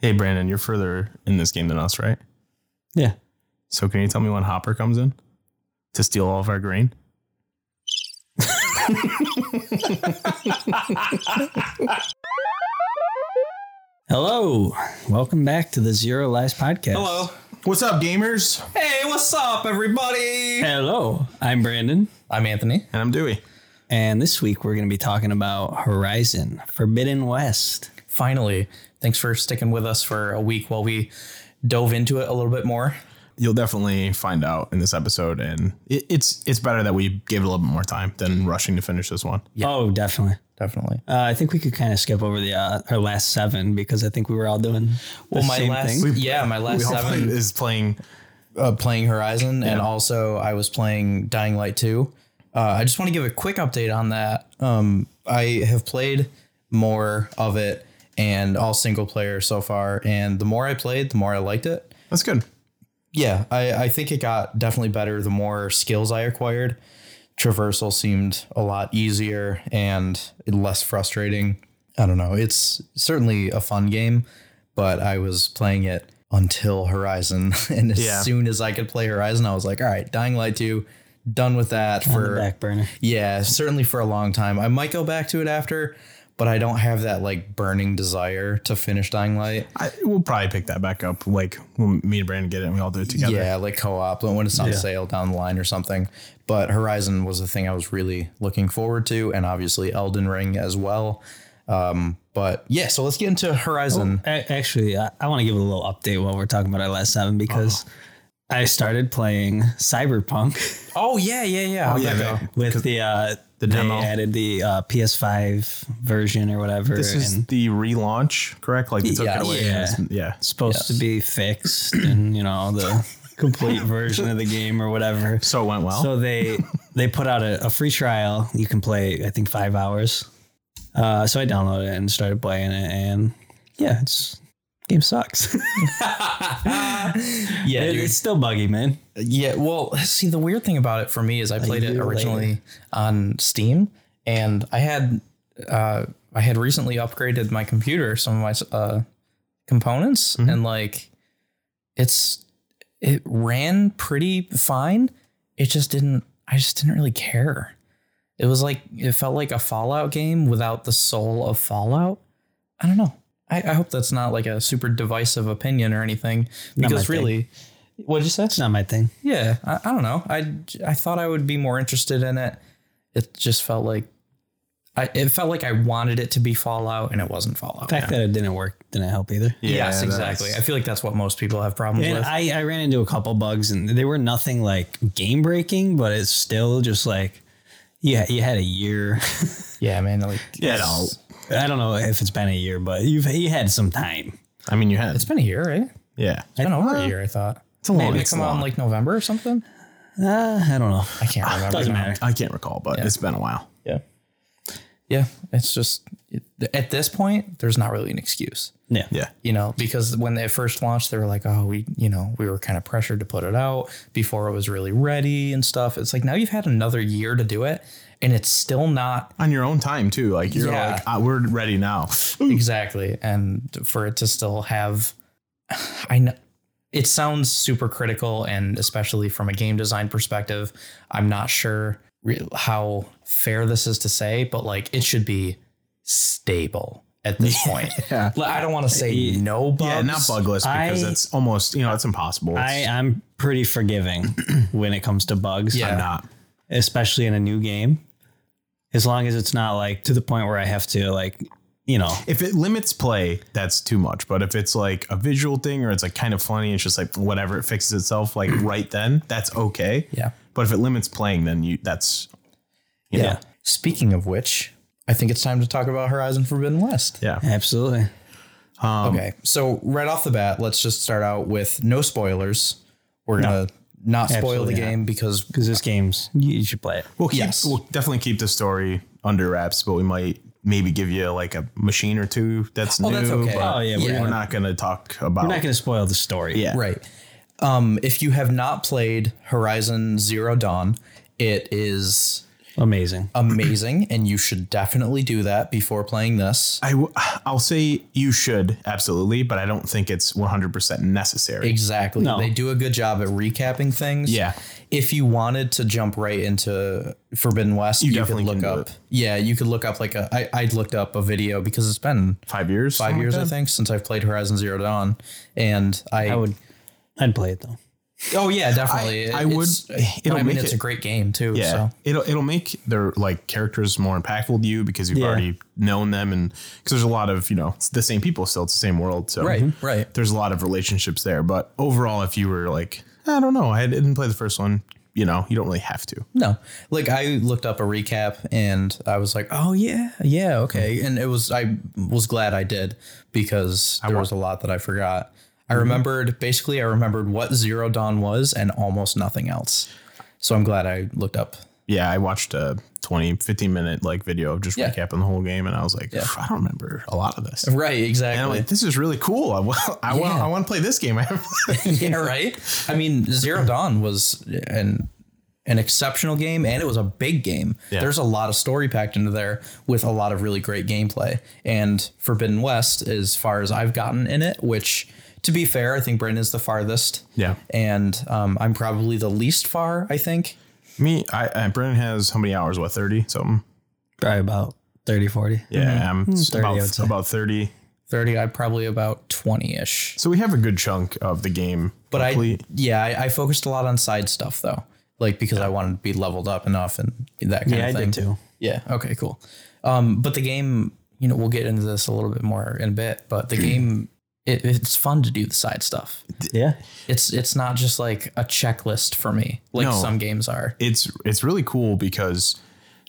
Hey, Brandon, you're further in this game than us, right? Yeah. So can you tell me when Hopper comes in to steal all of our grain? Hello. Welcome back to the Zero Lies Podcast. What's up, gamers? Hey, what's up, everybody? Hello. I'm Brandon. I'm Anthony. And I'm Dewey. And this week we're going to be talking about Horizon Forbidden West. Finally, thanks for sticking with us for a week while we dove into it a little bit more. You'll definitely find out in this episode, and it, it's it's better that we gave it a little bit more time than rushing to finish this one. Oh, definitely. Definitely. Uh, I think we could kind of skip over the uh, our last seven because I think we were all doing Well, the my same last, thing. yeah, my last we hopefully seven is playing. uh, playing Horizon, and also I was playing Dying Light Two. Uh, I just want to give a quick update on that. Um, I have played more of it and all single player so far, and the more I played, the more I liked it. That's good. yeah, I, I think it got definitely better the more skills I acquired. Traversal seemed a lot easier and less frustrating. I don't know. It's certainly a fun game, but I was playing it until Horizon. And as Yeah. soon as I could play Horizon, I was like, all right, Dying Light 2, done with that on the for back burner. yeah, certainly for a long time. I might go back to it after, but I don't have that like burning desire to finish Dying Light. I, we'll probably pick that back up, like when me and Brandon get it, and we all do it together. Yeah, like co-op like when it's on sale down the line or something. But Horizon was the thing I was really looking forward to, and obviously Elden Ring as well. Um, but yeah, so let's get into Horizon. A- Actually, uh, I, I want to give a little update while we're talking about our last seven because I started playing Cyberpunk. Oh, yeah, yeah, yeah. yeah, yeah. with the uh, the demo. They added the uh, PS5 version or whatever. This is and the relaunch, correct? Like they took Yeah. it away. Yeah. and it's- yeah. it's supposed to be fixed, and you know the complete version of the game or whatever. So it went well. So they they put out a, a free trial. You can play, I think, five hours. Uh, so I downloaded it and started playing it, and yeah, it's game sucks. yeah, It- dude. it's still buggy, man. Yeah, well, see, the weird thing about it for me is I played it year originally later. on Steam, and I had uh, I had recently upgraded my computer, some of my uh, components, Mm-hmm. and like it's it ran pretty fine. It just didn't. I just didn't really care. It was like it felt like a Fallout game without the soul of Fallout. I don't know. I, I hope that's not like a super divisive opinion or anything, Not my because thing. really, what did you say? It's not my thing. Yeah, I, I don't know. I I thought I would be more interested in it. It just felt like I it felt like I wanted it to be Fallout and it wasn't Fallout. The fact that it didn't work didn't help either. Yeah, yes, that's- exactly. I feel like that's what most people have problems And with. I, I ran into a couple bugs and they were nothing like game breaking, but it's still just like, yeah, you had a year. yeah, man. Like, Yeah, no. I don't know if it's been a year, but you've you had some time. I mean, you had. it's been a year, right? It's yeah. been over a year, I thought. It's a long- Did it uh, it's come out long. in like November or something? Uh, I don't know. I can't Ah. remember. Doesn't now. matter. I can't recall, but it's been a while. Yeah. Yeah, it's just it, at this point, there's not really an excuse. Yeah. Yeah. you know, because when they first launched, they were like, oh, we, you know, we were kind of pressured to put it out before it was really ready and stuff. It's like now you've had another year to do it and it's still not On your own time, too. Like, you're Yeah. like, ah, we're ready now. exactly. And for it to still have, I know it sounds super critical. And especially from a game design perspective, I'm not sure re- how fair this is to say, but like it should be stable at this point. Yeah. Like, I don't want to say no bugs. Yeah, not bugless because I- it's almost you know it's impossible. It's, I, I'm pretty forgiving when it comes to bugs. Yeah. I'm not. Especially in a new game. As long as it's not like to the point where I have to like, you know, If it limits play, that's too much. But if it's like a visual thing or it's like kind of funny, it's just like whatever it fixes itself like right then, that's okay. Yeah. But if it limits playing, then you that's Yeah. Speaking of which, I think it's time to talk about Horizon Forbidden West. yeah. absolutely. Okay. So right off the bat, let's just start out with no spoilers. We're gonna not spoil the Absolutely not. game because Because this game's, you, you should play it. We'll keep, Yes. we'll definitely keep the story under wraps, but we might maybe give you like a machine or two that's Oh, new. that's okay. but Oh, yeah, we're We're not gonna talk about We're not going to spoil the story. yeah. Right. Um, if you have not played Horizon Zero Dawn, it is Amazing. amazing and you should definitely do that before playing this I w- I'll say you should absolutely, but I don't think it's 100% necessary. exactly No. they do a good job at recapping things Yeah. if you wanted to jump right into forbidden west you, could definitely look can do up it. yeah you could look up like a I, I looked up a video because it's been Five years. five something years like i that? think since i've played horizon zero dawn and i, I would. I'd play it though. oh yeah definitely I It- would- it's- it'll i mean make it's it- a great game too Yeah, so it'll it'll make their like characters more impactful to you because you've Yeah. already known them, and because there's a lot of you know it's the same people still, it's the same world, so right right there's a lot of relationships there. But overall, if you were like, I don't know, I didn't play the first one, you know, you don't really have to. No, like I looked up a recap and I was like, oh yeah, yeah, okay. And it was I was glad I did because there was Mm-hmm. a lot that I forgot. I remembered basically I remembered what Zero Dawn was and almost nothing else. So I'm glad I looked up. Yeah, I watched a 20, 15 minute like video of just Yeah. recapping the whole game, and I was like, "Phew, I don't remember a lot of this. And Right, I'm exactly. like, this is really cool. I want, I want, Yeah. I want to play this game. I haven't played it. yeah, right. I mean, Zero Dawn was an an exceptional game and it was a big game. Yeah. There's a lot of story packed into there with a lot of really great gameplay. And Forbidden West, as far as I've gotten in it, which to be fair, I think Brandon's the farthest. Yeah. And um, I'm probably the least far, I think. me. I, I Brennan has how many hours? What thirty something? Probably about 30, 40. Yeah, I'm 30, Mm-hmm. Mm, I would about say. about thirty. 30, I'm probably about 20 ish. So we have a good chunk of the game. But I, complete. yeah, I, I focused a lot on side stuff though, like because I wanted to be leveled up enough and that kind Yeah, of I thing did too. Yeah. Okay. Cool. Um, but the game, you know, we'll get into this a little bit more in a bit. But the game, it, it's fun to do the side stuff. Yeah. It's it's not just like a checklist for me, like No. some games are. it's it's really cool because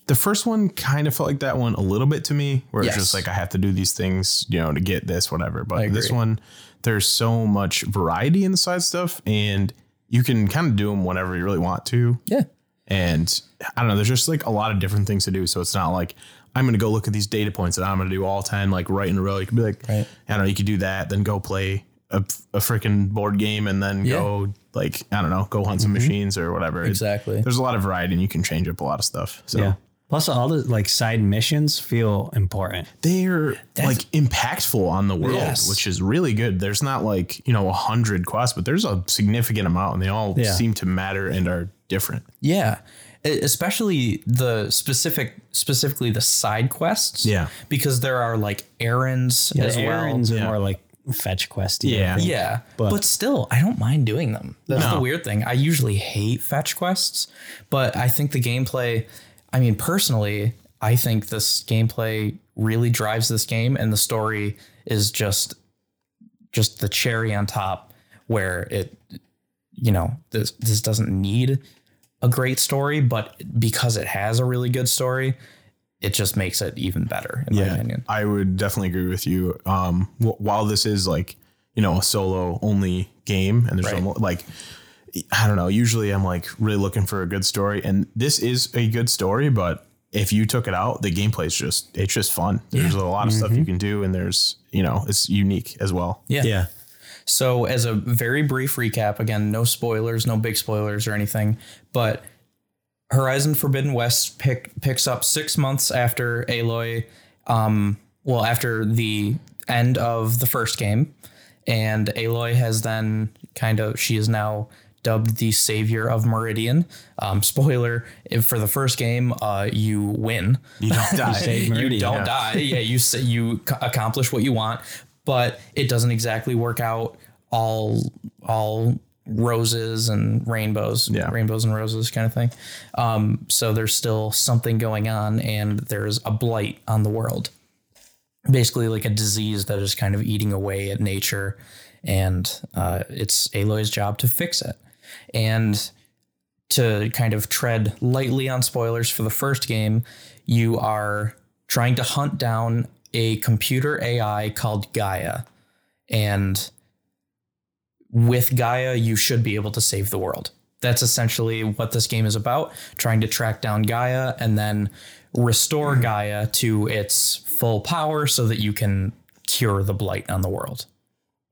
the first one kind of felt like that one a little bit to me, where Yes. it's just like I have to do these things, you know, to get this, whatever. But this agree. one, there's so much variety in the side stuff, and you can kind of do them whenever you really want to. Yeah. And I don't know, there's just like a lot of different things to do. So it's not like I'm gonna go look at these data points and I'm gonna do all ten like right in a row. You could be like, Right. I don't know, you could do that, then go play a, a freaking board game and then Yeah. Mm-hmm. go like I don't know, go hunt some machines or whatever. It's- Exactly. There's a lot of variety and you can change up a lot of stuff. So Yeah. Plus, all the like side missions feel important. they're like impactful on the world, Yes. which is really good. There's not like, you know, a hundred quests, but there's a significant amount and they all Yeah. seem to matter and are different. Yeah. E- Especially the specific, specifically the side quests. Yeah. Because there are like errands Yeah, as the well. errands yeah. are more like fetch questy. I Yeah. think. Yeah, But- but, still, I don't mind doing them. That's No. the weird thing. I usually hate fetch quests, but I think the gameplay. I mean, personally, I think this gameplay really drives this game, and the story is just, just the cherry on top. Where it, you know, this this doesn't need a great story, but because it has a really good story, it just makes it even better. In my opinion, I would definitely agree with you. Um, wh- while this is like, you know, a solo only game and there's Right. no mo- like, I don't know. Usually I'm like really looking for a good story and this is a good story, but if you took it out, the gameplay is just, it's just fun. There's a lot of stuff you can do and there's, you know, it's unique as well. yeah. Yeah. So, as a very brief recap, again, no spoilers, no big spoilers or anything, but Horizon Forbidden West pick, picks up six months after Aloy, um, well, after the end of the first game. And Aloy has then kind of, she is now dubbed the savior of Meridian. Um, spoiler if for the first game, uh, you win. You don't die. Save Meridian. You don't die. Yeah, you s- you c- accomplish what you want, but it doesn't exactly work out all all roses and rainbows, Yeah. rainbows and roses kind of thing. Um, so there's still something going on, and there's a blight on the world, basically like a disease that is kind of eating away at nature, and uh, it's Aloy's job to fix it, and to kind of tread lightly on spoilers for the first game, you are trying to hunt down a computer AI called Gaia. And with Gaia, you should be able to save the world. That's essentially what this game is about trying to track down Gaia and then restore Gaia to its full power so that you can cure the blight on the world.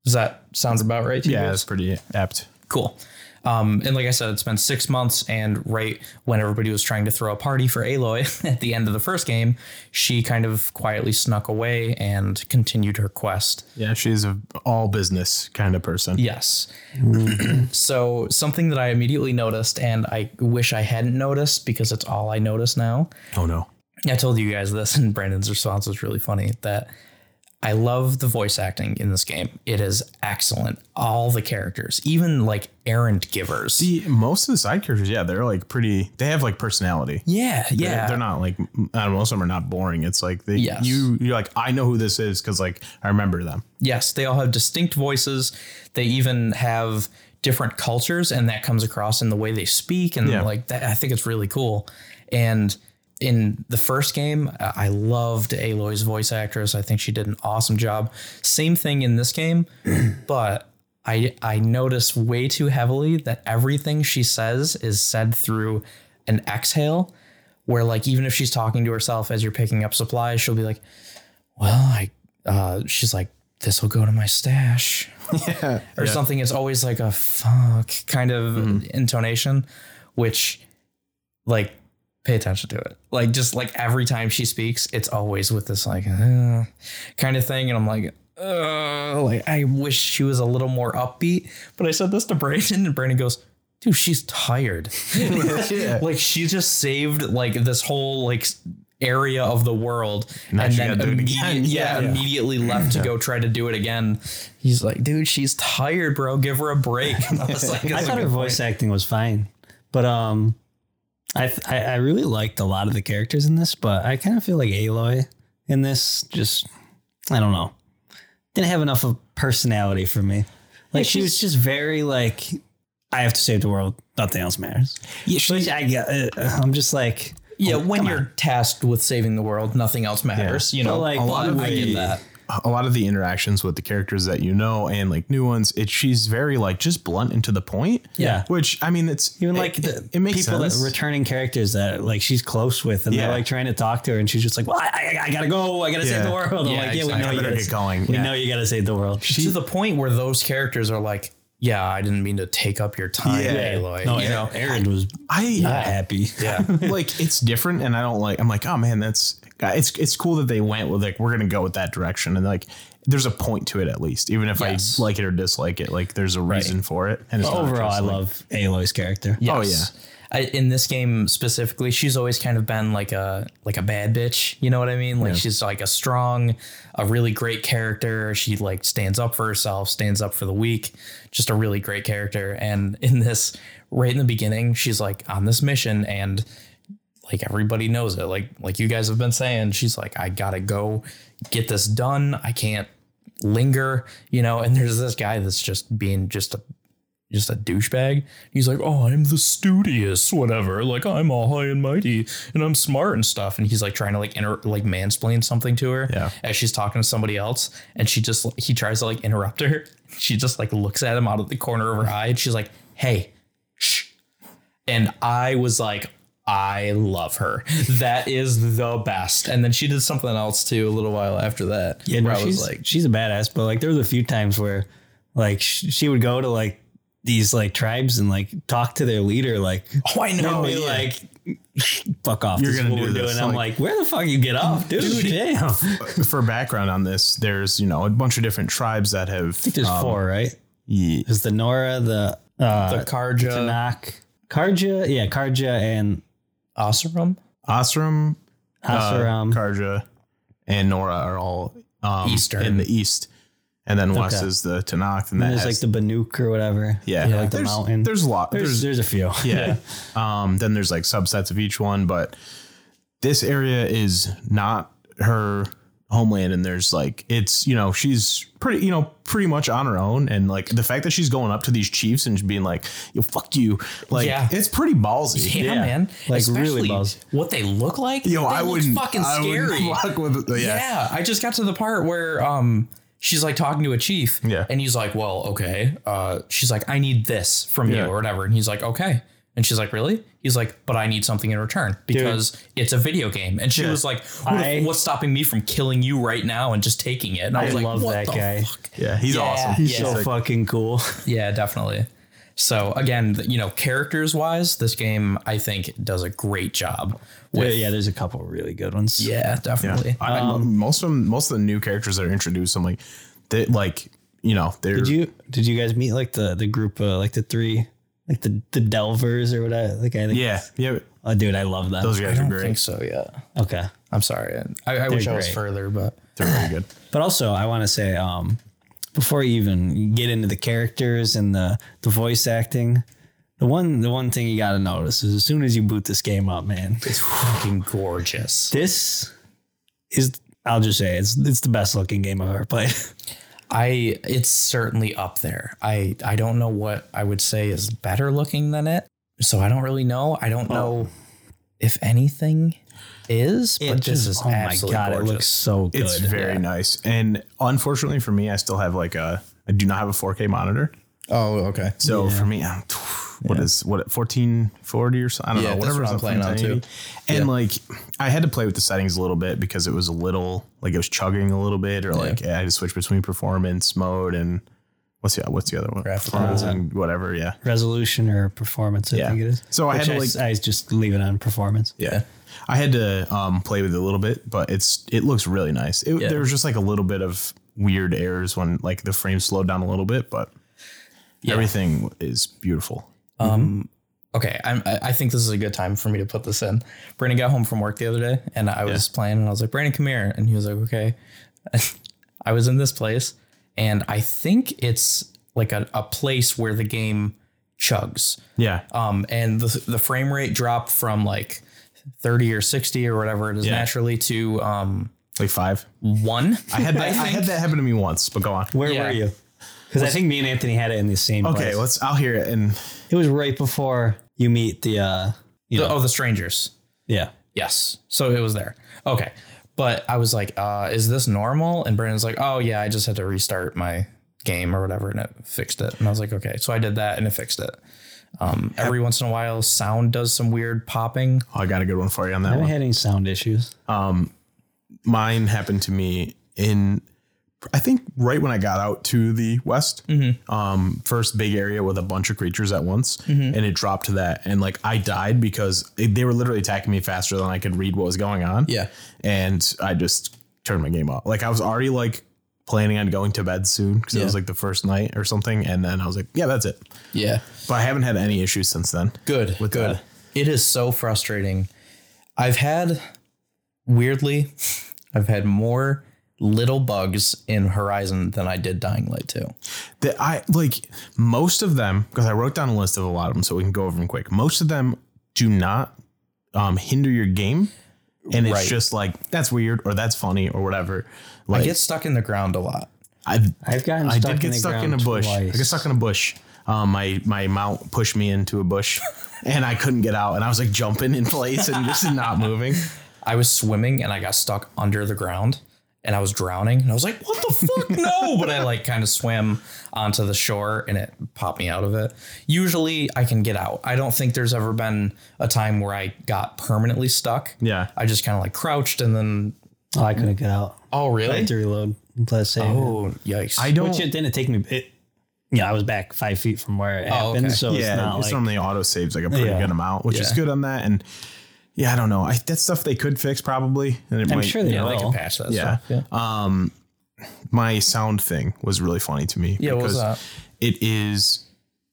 Does that sound about right to you? yeah, guys? it's pretty apt. Cool. Um, and like I said, it's been six months, and right when everybody was trying to throw a party for Aloy at the end of the first game, she kind of quietly snuck away and continued her quest. Yeah, she's a all business kind of person. Yes. Mm. so something that I immediately noticed, and I wish I hadn't noticed because it's all I notice now. Oh no. I told you guys this, and Brandon's response was really funny. That I love the voice acting in this game. It is excellent. All the characters, even like errand givers. See, most of the side characters, yeah, they're like pretty. They have like personality. yeah, They're- yeah. They're, not like uh, I don't know. Some are not boring. It's like they Yes. you you're like I know who this is because like I remember them. Yes, they all have distinct voices. They even have different cultures, and that comes across in the way they speak. And Yeah. like that, I think it's really cool. And in the first game, I I loved Aloy's voice actress. I think she did an awesome job. Same thing in this game, but I I notice way too heavily that everything she says is said through an exhale, where like even if she's talking to herself as you're picking up supplies, she'll be like, "Well, I," uh, she's like, "This will go to my stash," Yeah. Mm-hmm. or something. It's always like a fuck kind of intonation, which like pay attention to it. Like just like every time she speaks, it's always with this like uh, kind of thing, and I'm like. Uh, like I wish she was a little more upbeat, but I said this to Brandon, and Brandon goes, "Dude, she's tired." yeah. like she just saved like this whole like s- area of the world Now and she then gotta do it immediate- again. yeah, Yeah. immediately left to go try to do it again he's like dude she's tired bro give her a break And i was like I "That's a thought her good voice acting was fine, but um, I, th- I I really liked a lot of the characters in this, but I kind of feel like Aloy in this just I don't know didn't have enough of personality for me. Like she was just very like I have to save the world, nothing else matters. Yeah, Which I get. uh, I'm just like point." Oh, yeah when you're tasked with saving the world nothing else matters you know But, like, a lot of why i get would- that a lot of the interactions with the characters that you know and like new ones, it she's very like just blunt and to the point. Yeah. Which I mean, it's even it- like the it, it makes people sense. that returning characters that like she's close with, and Yeah. they're like trying to talk to her, and she's just like, "Well, I, I, I gotta go. I gotta Yeah. save the world." I'm Yeah, like, "Yeah, exactly. we know I you better gotta get going. We Yeah. know you gotta save the world." to the point where those characters are like yeah i didn't mean to take up your time Yeah. aloy No, you Aaron, know Aaron was I not happy. yeah like it's different and I don't like I'm like, oh man, that's it's it's cool that they went with like we're gonna go with that direction and like there's a point to it at least, even if Yes. I like it or dislike it, like there's a reason for it. And it's not Overall, I just, like- love Aloy's character. Oh, Yes. I, in this game specifically, she's always kind of been like a like a bad bitch. You know what I mean? Like she's like a strong, a really great character. She like stands up for herself, stands up for the weak. Just a really great character. And in this, right in the beginning, she's like on this mission, and like everybody knows it. Like like you guys have been saying, she's like, I gotta go get this done. I can't linger, you know. And there's this guy that's just being just a just a douchebag. He's like, "Oh, I'm the studious, whatever. Like I'm all high and mighty, and I'm smart and stuff." And he's like trying to like inter- like mansplain something to her Yeah. as she's talking to somebody else, and she just he tries to like interrupt her. She just like looks at him out of the corner of her eye, and she's like, "Hey, shh." And I was like, "I love her. That is the best." And then she did something else too a little while after that. Yeah, no, where I was she's like, like she's a badass. But like, there was a few times where like sh- she would go to like these like tribes and like talk to their leader like "Oh, I know." and be yeah. like fuck off You're this is gonna what do we're this, doing i'm like- like where the fuck you get off dude, damn i think for background on this, there's you know a bunch of different tribes that have um, there's four right yeah, there's the nora the uh the Karja Tanakh, karja yeah karja and Osirum. Osram, Asuram. Uh, Karja, and Nora are all um, Eastern. in the east, and then west Okay. is the Tanakh, and, and that there's like has, the banuk or whatever yeah, like the there's, mountain There's a lot. there's, There's, there's a few yeah. um, then there's like subsets of each one, but this area is not her homeland and there's like it's you know she's pretty you know pretty much on her own and like the fact that she's going up to these chiefs and being like yo fuck you like Yeah. it's pretty ballsy Yeah, Yeah. man. Like, Especially really balls. What they look like? Yo, That I looks wouldn't. Fucking I scary. wouldn't fuck with. yeah. Yeah. I just got to the part where um she's like talking to a chief. Yeah. And he's like, "Well, okay." Uh, she's like, "I need this from Yeah. you or whatever," and he's like, "Okay." And she's like, "Really?" He's like, "But I need something in return because it's a video game." And she was like, what, I- "What's stopping me from killing you right now and just taking it?" And I, was like, love "What that the guy. fuck?" Yeah, he's Yeah. awesome. he's Yeah. so fucking cool Yeah, definitely. So again, th- you know, characters wise, this game I think does a great job. Yeah, With, yeah, there's a couple really good ones. yeah, definitely. I, most of 'em- most of the new characters that are introduced, I'm like, they like you know they're Did you did you guys meet like the the group uh, like the three like the the Delvers or whatever? Like I think, yeah yeah Oh, dude, I love them. those I guys are don't great. think so yet. okay. I'm sorry. I, I wish I was great. further, but They're really good. But also, I want to say um, before you even get into the characters and the the voice acting, the one the one thing you got to notice is as soon as you boot this game up, man, it's fucking gorgeous. this is I'll just say it's it's the best looking game I've ever played. I it's certainly up there. I I don't know what I would say is better looking than it. So I don't really know. I don't know if anything is, but this is oh my absolutely god, gorgeous. it looks so good. It's very nice. And unfortunately for me, I still have like a I do not have a 4K monitor. oh, okay. So for me, I'm, what is what 1440 or something? I don't Yeah, know. that's Whatever what I'm playing on, too. And like I had to play with the settings a little bit because it was a little like it was chugging a little bit, or like I had to switch between performance mode and what's the what's the other one? Graphical. Performance and whatever. Yeah. resolution or performance. I Yeah. think it is. So I had Which to, I, like- s- I just leave it on performance. Yeah. I had to um, play with it a little bit, but it's it looks really nice. It, There was just like a little bit of weird errors when like the frame slowed down a little bit, but everything is beautiful. Um, okay, I'm, I I think this is a good time for me to put this in. Brandon got home from work the other day, and I was playing, and I was like, Brandon, come here, and he was like, okay. I was in this place, and I think it's like a, a place where the game chugs. Yeah. Um, and the the frame rate dropped from like 30 or 60 or whatever it is Yeah. naturally to um Like five. one. I had that I, I had that happen to me once, but go on. Where Yeah. were you? Because I think me and Anthony had it in the same. Okay, place. let's I'll hear it and it was right before you meet the. uh you The- know, oh, the strangers. Yeah. Yes. So it was there. Okay. But I was like, uh, is this normal? And Brandon's like, oh, yeah, I just had to restart my game or whatever. And it fixed it. And I was like, okay. So I did that and it fixed it. Um, every once in a while, sound does some weird popping. oh, I got a good one for you on I that haven't one. had any sound issues. Mine happened to me in I think right when I got out to the west, um, first big area with a bunch of creatures at once, and it dropped to that, and like I died because it- they were literally attacking me faster than I could read what was going on. Yeah. and I just turned my game off. Like I was already like planning on going to bed soon because it was like the first night or something, and then I was like, yeah, that's it. Yeah. But I haven't had any issues since then. Good. good. that. It is so frustrating. I've had, weirdly, I've had more little bugs in Horizon than I did Dying Light 2. that I like most of them because I wrote down a list of a lot of them so we can go over them quick. Most of them do not um, hinder your game, and it's Right. just like that's weird or that's funny or whatever. I Like get stuck in the ground a lot. I've, I've gotten. I Stuck did in get the stuck in ground a bush. Twice. I got stuck in a bush. Um, my my mount pushed me into a bush, and I couldn't get out. And I was like jumping in place and just not moving. I was swimming and I got stuck under the ground and I was drowning and I was like, what the fuck? No. But I like kind of swam onto the shore and it popped me out of it. Usually I can get out. I don't think there's ever been a time where I got permanently stuck. Yeah. I just kind of like crouched and then, Oh, I couldn't get out. oh, I really? had to reload. Let's say. Oh, yikes. I don't. Which it didn't take me. It, yeah, I was back five feet from where it happened, okay. so it's Oh, yeah, not it's, like normally auto saves like a pretty Yeah. good amount, which is Yeah. good on that. And yeah, I don't know. I, that's stuff they could fix probably. And it I'm might, sure they yeah, they will. can patch that. Yeah. stuff. Yeah. Um, my sound thing was really funny to me. Yeah, what was that? It is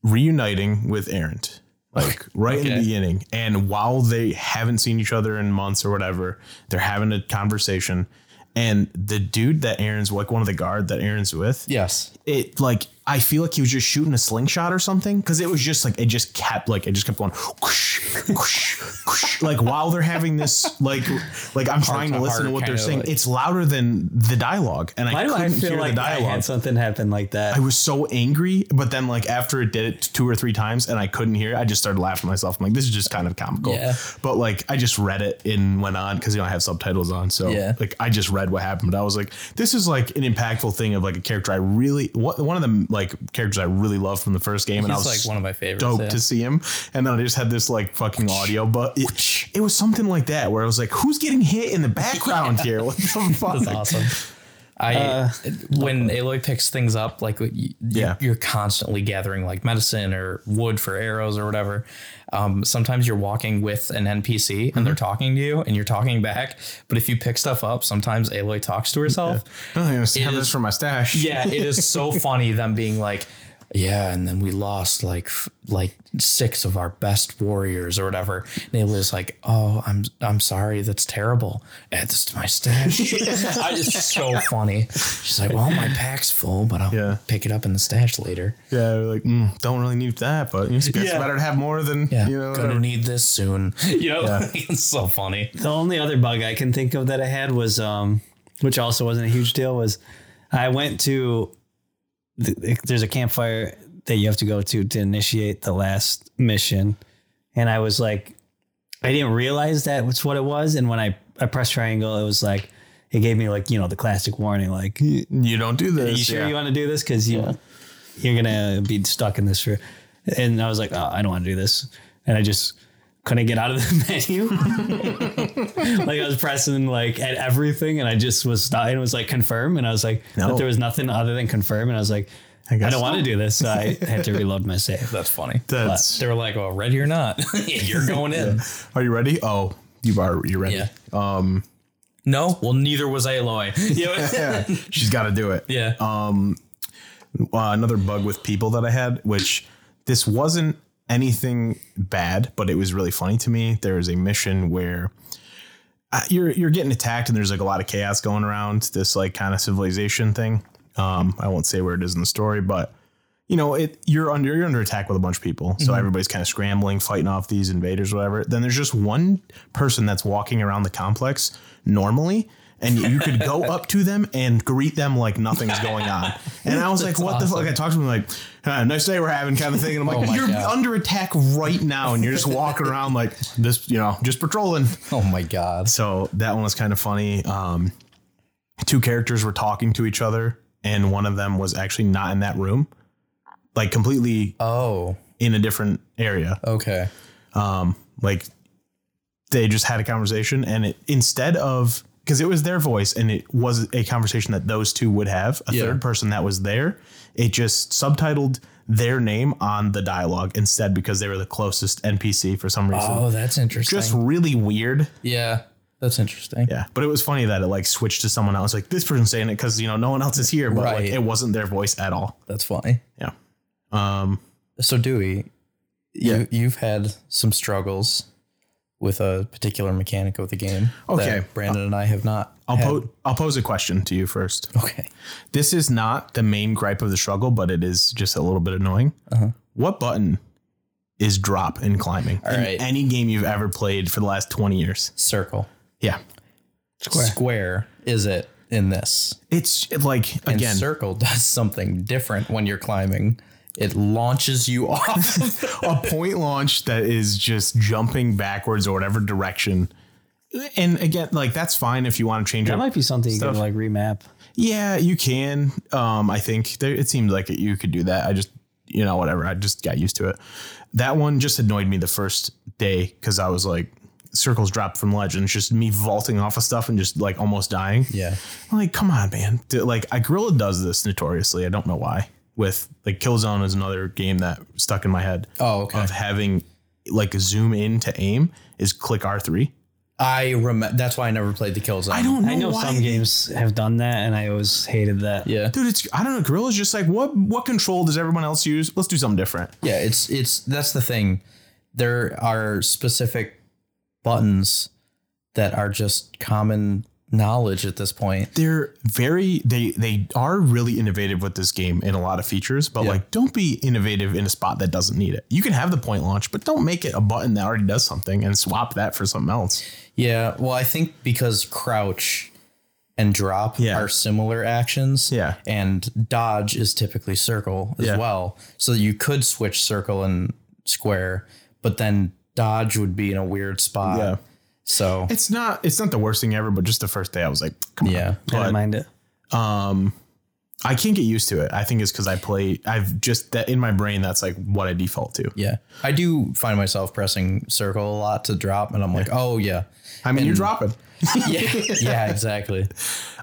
reuniting with Errant, like right in the Okay. beginning. And while they haven't seen each other in months or whatever, they're having a conversation. And the dude that Aaron's like one of the guard that Aaron's with, Yes. it like I feel like he was just shooting a slingshot or something because it was just like it just kept like it just kept going whoosh, whoosh, whoosh, like while they're having this like like I'm trying to to listen to heart what they're kinda, saying. like- it's louder than the dialogue, and Why I do couldn't I feel hear like the I dialogue. I, had something happen like that? was so angry, but then like after it did it two or three times and I couldn't hear it, I just started laughing myself. I'm like, this is just kind of comical. Yeah. But like I just read it and went on because you know I have subtitles on, so Yeah. like I just read what happened, but I was like, this is like an impactful thing of like a character I really what one of the like characters I really love from the first game, and I It's was like one of my favorites. stoked yeah. to see him. And then I just had this like fucking audio, but it, it was something like that where I was like, who's getting hit in the background here? What the fuck? That's awesome. I Uh, when Aloy picks things up, like y- y- Yeah. you're constantly gathering like medicine or wood for arrows or whatever. Um, sometimes you're walking with an NPC and Mm-hmm. they're talking to you and you're talking back. But if you pick stuff up, sometimes Aloy talks to herself. Oh, I have this is- for my stash. yeah, it is so funny them being like, yeah, and then we lost like f- like six of our best warriors or whatever. And Ayla's like, oh, I'm I'm sorry, that's terrible. Add this to my stash. I, it's so funny. She's like, well, my pack's full, but I'll Yeah. pick it up in the stash later. Yeah, we're like mm, don't really need that, but it's, it's Yeah. better to have more than Yeah, you know. gonna whatever. need this soon. You know, Yeah. it's so funny. The only other bug I can think of that I had was, um, which also wasn't a huge deal, was I went to. th- There's a campfire that you have to go to to initiate the last mission, and I was like, I didn't realize that was what it was, and when I I pressed triangle, it was like, it gave me like you know the classic warning, like you You don't do this. sure yeah. you want to do this because you you're gonna be stuck in this for, and I was like, oh, I don't want to do this, and I just couldn't get out of the menu like I was pressing like at everything, and I just was not, and it was like confirm, and I was like, No. but there was nothing other than confirm, and I was like, I, guess don't want to do this, so I had to reload my save. That's funny. That's- They were like, well, ready or not, you're going in. Are you ready? Oh, you are. You're ready. Yeah. Um. No. Well, neither was Aloy. yeah. Yeah, Um, she's got to do it. Yeah. uh, another bug with people that I had, which this wasn't anything bad, but it was really funny to me. There is a mission where uh, you're you're getting attacked, and there's like a lot of chaos going around. This like kind of civilization thing. Um, I won't say where it is in the story, but you know, it you're under you're under attack with a bunch of people, Mm-hmm. so everybody's kind of scrambling, fighting off these invaders, whatever. Then there's just one person that's walking around the complex normally, and you could go up to them and greet them like nothing's going on. And I was like, "What the fuck?" I talked to him like, "Ah, "Nice day we're having," kind of thing. And I'm like, Oh my "You're God. under attack right now, and you're just walking around like this, you know, just patrolling." oh my god. So that one was kind of funny. Um, two characters were talking to each other, and one of them was actually not in that room, like completely Oh. in a different area. Okay. Like they just had a conversation, and it instead of because it was their voice and it was a conversation that those two would have, a Yeah. third person that was there, it just subtitled their name on the dialogue instead because they were the closest NPC for some reason. Oh, that's interesting. just really weird. yeah, that's interesting. Yeah, but it was funny that it like switched to someone else. Like this person's saying it because you know no one else is here, but like Right. it wasn't their voice at all. That's funny. Yeah. Um. So Dewey, Yeah. you you've had some struggles with a particular mechanic of the game. Okay. that Brandon and I have not. I'll had. po- I'll pose a question to you first. Okay. This is not the main gripe of the struggle, but it is just a little bit annoying. What button is drop in climbing in right. any game you've ever played for the last twenty years? Circle. Yeah, Square. is it in this? it's like And again. circle does something different when you're climbing. It launches you off. a point launch that is just jumping backwards or whatever direction. And again, like that's fine if you want to change That up might be something you Stuff. can like remap. Yeah, you can. Um, I think there, it seemed like you could do that. I just, you know, whatever. I just got used to it. That one just annoyed me the first day because I was like, circles dropped from ledge, and it's just me vaulting off of stuff and just like almost dying. yeah. I'm like, come on, man. D- Like, I Gorilla does this notoriously. I don't know why. With like Killzone is another game that stuck in my head Oh, okay. of having like a zoom in to aim is click R three. I remember. That's why I never played the kill zone. I don't know. I know why. some games have done that, and I always hated that. Yeah. Dude, it's I don't know. Gorilla's just like what what control does everyone else use? Let's do something different. Yeah, it's it's that's the thing. There are specific buttons that are just common knowledge at this point. they're very they they are really innovative with this game in a lot of features but Yeah. like don't be innovative in a spot that doesn't need it you can have the point launch but don't make it a button that already does something and swap that for something else Yeah, well, I think because crouch and drop Yeah. are similar actions. Yeah. and dodge is typically circle as Yeah. well. So you could switch circle and square, but then dodge would be in a weird spot. Yeah. So it's not it's not the worst thing ever but just the first day i was like come on yeah, I But- don't mind it. i can't get used to it i think it's because i play i've just that in my brain that's like what i default to yeah. I do find myself pressing circle a lot to drop, and I'm like, oh yeah. i mean you're dropping yeah, yeah, exactly.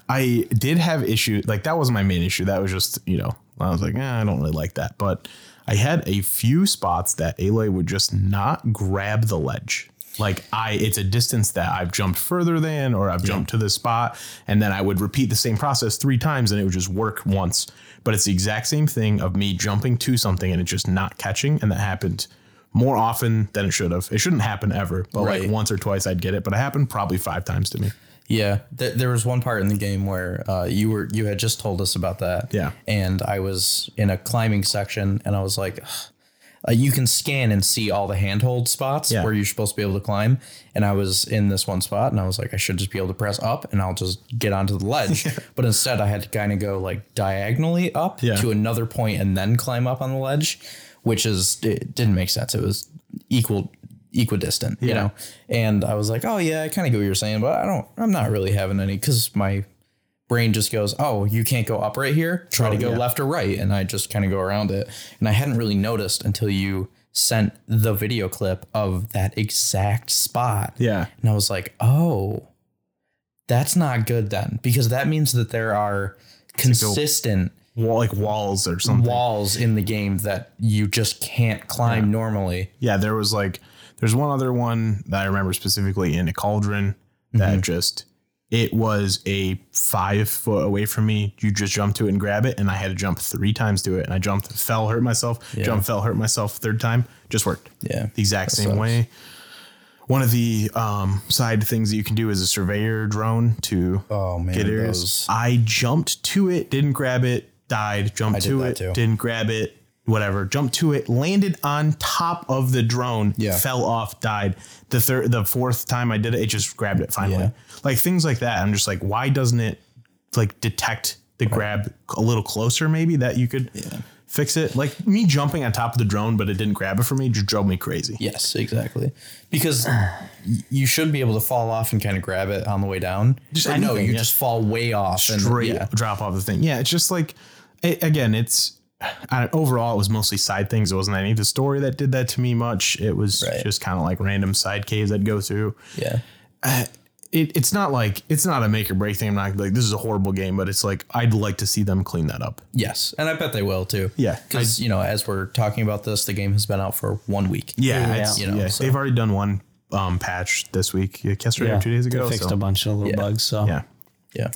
I did have issue like that wasn't my main issue. That was just you know I was like eh, I don't really like that, but I had a few spots that Aloy would just not grab the ledge. Like I, it's a distance that I've jumped further than, or I've jumped to this spot, and then I would repeat the same process three times, and it would just work once. But it's the exact same thing of me jumping to something and it just not catching, and that happened more often than it should have. It shouldn't happen ever, but Right. like once or twice I'd get it, but it happened probably five times to me. Yeah, th- there was one part in the game where uh, you were you had just told us about that. Yeah. and I was in a climbing section, and I was like, "Ugh." uh, "You can scan and see all the handhold spots Yeah. where you're supposed to be able to climb." And I was in this one spot, and I was like, "I should just be able to press up, and I'll just get onto the ledge." But instead, I had to kind of go like diagonally up Yeah. to another point and then climb up on the ledge, which is it didn't make sense. It was equal equidistant, you Yeah. know. And I was like, oh yeah, I kind of get what you're saying, but I don't. I'm not really having any because my brain just goes, oh, you can't go up right here. Try to Oh, go yeah. left or right, and I just kind of go around it. And I hadn't really noticed until you sent the video clip of that exact spot. Yeah. And I was like, oh, that's not good then, because that means that there are consistent Wall, like walls or something. walls in the game that you just can't climb normally. Yeah, there was like there's one other one that I remember specifically in a cauldron that Mm-hmm. just it was a five foot away from me. You just jump to it and grab it, and I had to jump three times to it. And I jumped, fell, hurt myself, jumped, fell, hurt myself. Third time, just worked. Yeah. the exact same sucks. way. One of the um, side things that you can do is a surveyor drone to Oh, man, get areas. those. I jumped to it, didn't grab it, died, jumped did to that it, too. didn't grab it, whatever, jumped to it, landed on top of the drone, Yeah. fell off, died. The third, the fourth time I did it, it just grabbed it finally. Yeah. Like things like that. I'm just like, why doesn't it like detect the grab a little closer? Maybe that you could. Fix it like me jumping on top of the drone, but it didn't grab it for me. Just drove me crazy. Yes, exactly. Because y- you should be able to fall off and kind of grab it on the way down. Just But no, anything, you yeah. just fall way off straight and yeah, drop off the thing. Yeah, it's just like a- again, it's I, overall it was mostly side things. It wasn't any of the story that did that to me much. It was Right. just kind of like random side caves I'd go through. yeah, It, it's not like it's not a make or break thing. I'm not like this is a horrible game, but it's like I'd like to see them clean that up. yes. And I bet they will too. Yeah, because you know, as we're talking about this, the game has been out for one week. Yeah, Yeah. it's- You know, yeah, so- they've already done one um, patch this week, like yesterday or two days they ago. fixed so, a bunch of little Yeah. bugs. So yeah, yeah,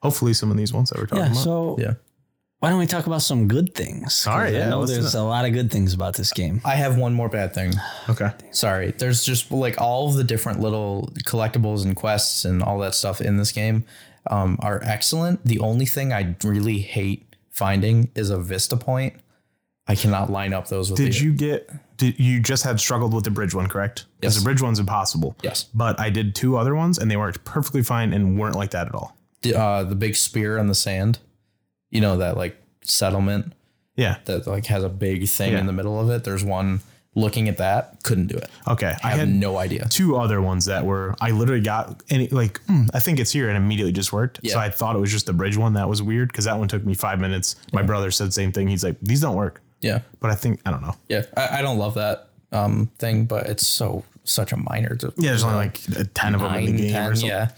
hopefully some of these ones that we're talking Yeah, about. So yeah. why don't we talk about some good things? 'Cause All right, I yeah, know let's do there's a lot of good things about this game. I have one more bad thing. okay, Sorry, there's just like all of the different little collectibles and quests and all that stuff in this game um, are excellent. The only thing I really hate finding is a vista point. I cannot line up those with Did the- you get? Did you just had struggled with the bridge one, correct? Because Yes. the bridge one's impossible. Yes. But I did two other ones, and they worked perfectly fine and weren't like that at all. the, uh, the big spear on the sand. You know that like settlement Yeah. that like has a big thing Yeah. in the middle of it. There's one looking at that couldn't do it. Okay. I I have had no idea. two other ones that were I literally got and it, like hmm, I think it's here and immediately just worked. Yeah. So I thought it was just the bridge one that was weird because that one took me five minutes. My brother said same thing. He's like, these don't work. Yeah, But I think I don't know. yeah. I, I don't love that um thing, but it's so such a minor. To, Yeah, there's only like ten of them in the nine, game or 10, something. yeah.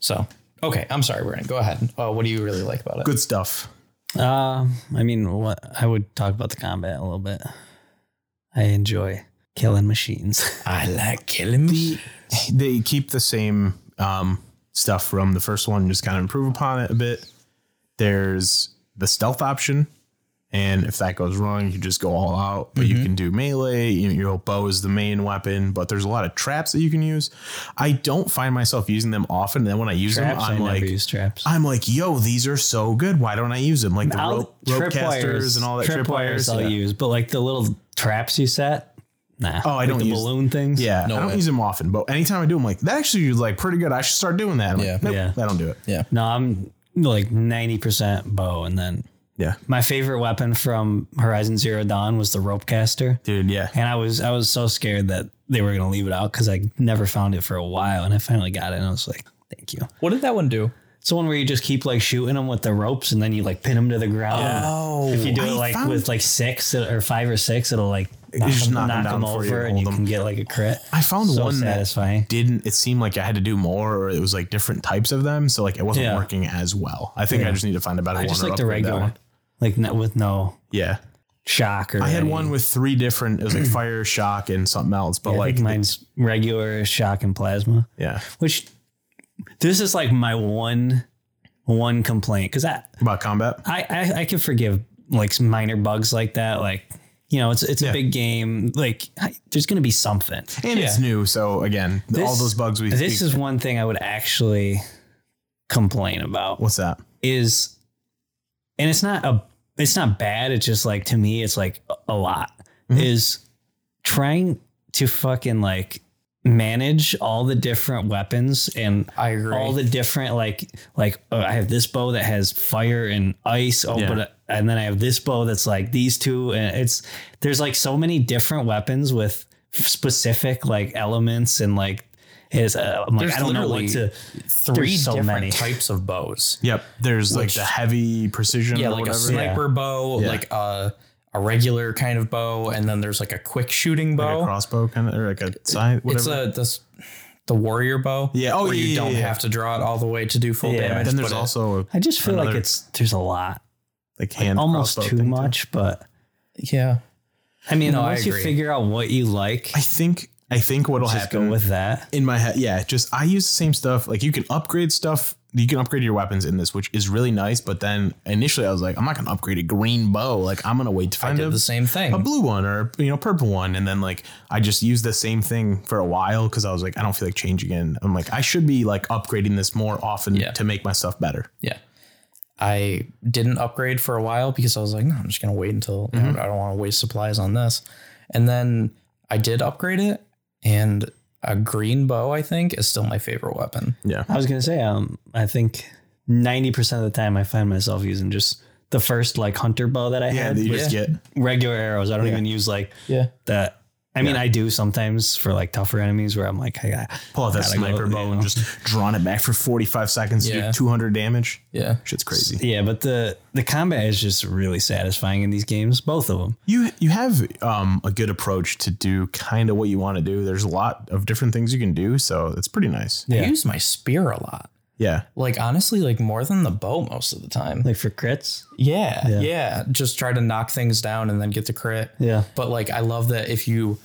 So okay, I'm sorry, Brandon. Go ahead. Uh, what do you really like about it? Good stuff. Uh, I mean, what I would talk about the combat a little bit. I enjoy killing machines. I like killing me. they keep the same um, stuff from the first one, just kind of improve upon it a bit. There's the stealth option, and if that goes wrong, you can just go all out. But Mm-hmm. you can do melee. You know, your bow is the main weapon, but there's a lot of traps that you can use. I don't find myself using them often. And then when I use traps, them, I I'm never like. use traps. I'm like, yo, these are so good. Why don't I use them? Like the I'll- rope, rope casters tripwires- and all that tripwires. Tripwires I'll yeah. use, but like the little traps you set. Nah. Oh, I Like don't the use- balloon things. Yeah, No I don't way. use them often, but anytime I do, I'm like, that actually is like pretty good. I should start doing that. I'm like, Yeah. nope, Yeah. I don't do it. Yeah. No, I'm like 90% bow, and then Yeah, my favorite weapon from Horizon Zero Dawn was the rope caster. dude. Yeah, And I was I was so scared that they were gonna leave it out because I never found it for a while, and I finally got it, and I was like, "Thank you." What did that one do? It's the one where you just keep like shooting them with the ropes, and then you like pin them to the ground. Oh, if you do I it like found- with like six or five or six, it'll like you just them- knock, them down them for over you, and hold you them. can get like a crit. I found so one that satisfying. didn't. It seemed like I had to do more, or it was like different types of them, so like it wasn't Yeah. working as well. I think I Yeah. just need to find a better I one. just or like the upgrade that regular, one. like no, with no Yeah, shock or. I had any- one with three different. It was like fire, shock, and something else. But Yeah, I like, think mine's regular shock and plasma. yeah, Which this is like my one one complaint because I, about combat. I I I can forgive like minor bugs like that. Like you know, it's it's a Yeah. big game. Like I, there's gonna be something. And it's new, so again, all This- those bugs we. This is one thing I would actually complain about what's that? is, and it's not a it's not bad. It's just like to me, it's like a- a lot Mm-hmm. Mhm. is trying to fucking like manage all the different weapons and I agree. all the different like like oh, I have this bow that has fire and ice. Oh, Yeah. but and then I have this bow that's like these two, and it's there's like so many different weapons with specific like elements and like is uh, I'm like There's I don't know what to literally Three so different many. types of bows. Yep. There's like Which- the heavy precision. Yeah, or like a whatever. sniper bow, Yeah. like a a regular kind of bow, and then there's like a quick shooting Like bow. a crossbow kind of, or like a side, whatever. It's a this the warrior bow. Yeah, oh, where yeah, you yeah, don't yeah. have to draw it all the way to do full Yeah, damage. then there's but it- also a, I just feel like Another- it's there's a lot like hand almost crossbow too thing, much, but yeah. I mean No, I once you agree. figure out what you like, I think I think what'll just happen go with that. in my head, yeah, just I use the same stuff. Like you can upgrade stuff. You can upgrade your weapons in this, which is really nice. But then initially, I was like, I'm not gonna upgrade a green bow. Like I'm gonna wait to I find did a, the same thing. a blue one or you know purple one. And then like I just used the same thing for a while because I was like, I don't feel like changing. And I'm like, I should be like upgrading this more often Yeah. to make my stuff better. Yeah. I didn't upgrade for a while because I was like, no, I'm just going to wait until I Mm-hmm. don't, want to waste supplies on this. And then I did upgrade it, and a green bow, I think, is still my favorite weapon. Yeah, I was gonna say, um, I think ninety percent of the time I find myself using just the first like hunter bow that I yeah. had, that You just yeah. get regular arrows. I don't even use like Yeah. that. I mean, I do sometimes for like tougher enemies where I'm like, I got pull out that Gotta go, sniper bow you and know. just drawing it back for 45 seconds to Yeah. do 200 damage. Yeah. Shit's crazy. yeah, but the the combat is just really satisfying in these games, both of them. You you have um, a good approach to do kind of what you want to do. There's a lot of different things you can do, so it's pretty nice. Yeah, I use my spear a lot. Yeah, Like, honestly, like more than the bow most of the time. like for crits. yeah, Yeah. yeah. Just try to knock things down and then get the crit. Yeah, But like, I love that if you,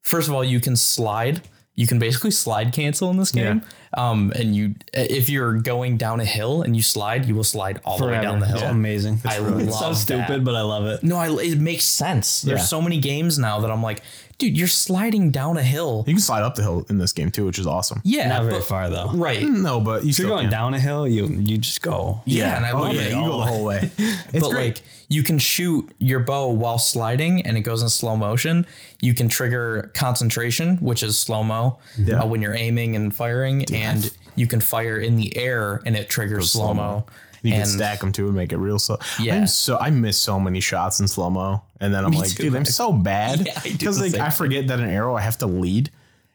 first of all, you can slide. You can basically slide cancel in this game. Um, and you, if you're going down a hill and you slide, you will slide all the way down the hill. It's amazing. I love It's so stupid, that. but I love it. No, I, it makes sense. Yeah. There's so many games now that I'm like, dude, you're sliding down a hill. you can slide up the hill in this game too, which is awesome. Yeah, Not very but- far though. If Right. No, but you you're still going can. down a hill, you you just go. Yeah, and I oh, love yeah, it. you go the whole way. It's but great. like you can shoot your bow while sliding and it goes in slow motion. You can trigger concentration, which is slow mo Yeah. uh, when you're aiming and firing, and you can fire in the air and it triggers slow mo. you can stack them too and make it real slow. Yeah. I'm so I miss so many shots in slow mo, and then I'm like, too. dude, I'm so bad Yeah, I do because the like same I forget that an arrow I have to lead.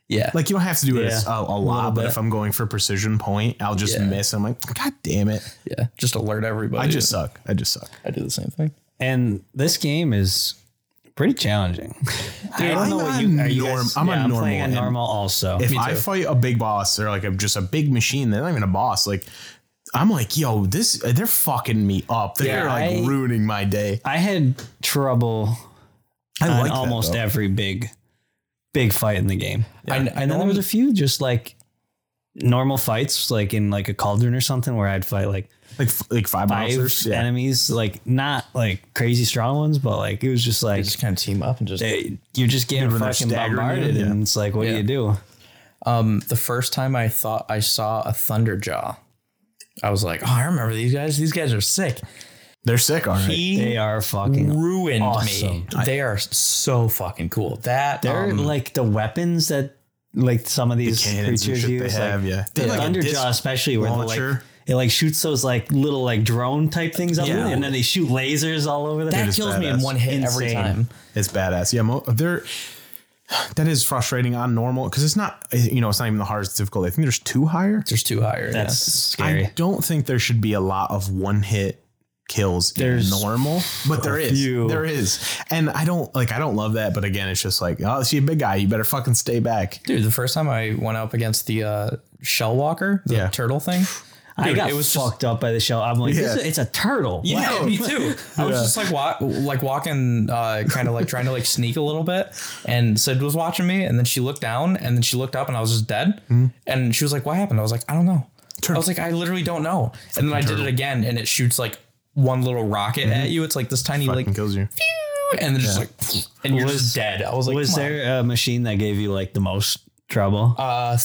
Yeah. Like you don't have to do it Yeah. as- a, a lot, but bit. if I'm going for precision point, I'll just Yeah. miss. I'm like, god damn it, yeah. Just alert everybody. I just suck. I just suck. I do the same thing. and this game is pretty challenging. I I'm on norm- I'm on normal playing on and- normal also. if I fight a big boss or like a, just a big machine, they're not even a boss. Like I'm like, yo, this they're fucking me up. They're Yeah, like I- ruining my day. I had trouble I on like that, almost though. every big, big fight in the game. I, I And then there was normally a few just like normal fights, like in like a cauldron or something, where I'd fight like like f- like five, five monsters. Yeah. enemies, like not like crazy strong ones, but like it was just like just kind of team up and just they, you just get when they're fucking staggering bombarded, you, yeah. and it's like, what Yeah. do you do? Um, the first time I thought I saw a Thunderjaw, I was like, "Oh, I remember these guys. These guys are sick." They're sick, all right. They He are fucking ruined awesome. me. They are so fucking cool. That They're um, like the weapons that like some of these Cannons and creatures shit they use. have, like, yeah. the They're like a disc Thunderjaw, especially where they like launcher. it like shoots those like little like drone type things up, Yeah. and then they shoot lasers all over the that is place. kills me in badass. one hit every Insane. time. It's badass. Yeah, mo- they're that is frustrating on normal because it's not eh, you know it's not even the hardest difficulty. I think there's two higher. There's two higher. That's That's scary. I don't think there should be a lot of one hit kills There's in normal, but there is, few. there is, and I don't like, I don't love that, but again, it's just like, oh, see a big guy, you better fucking stay back. Dude, the first time I went up against the uh, shell walker, the Yeah. turtle thing, I Dude, got it was just- fucked up by the show. I'm like, Yeah. this is, it's a turtle. Yeah, Wow. me too. I was just like wa- like walking, uh, kind of like trying to like sneak a little bit, and Sid was watching me, and then she looked down, and then she looked up, and I was just dead, and she was like, "What happened?" I was like, "I don't know." I was like, "I literally don't know," and then I did it again, and it shoots like one little rocket at you. It's like this tiny like, Fucking kills you. and then just like, and you're just dead. I was like, Was "Come on." there a machine that gave you like the most trouble? uh,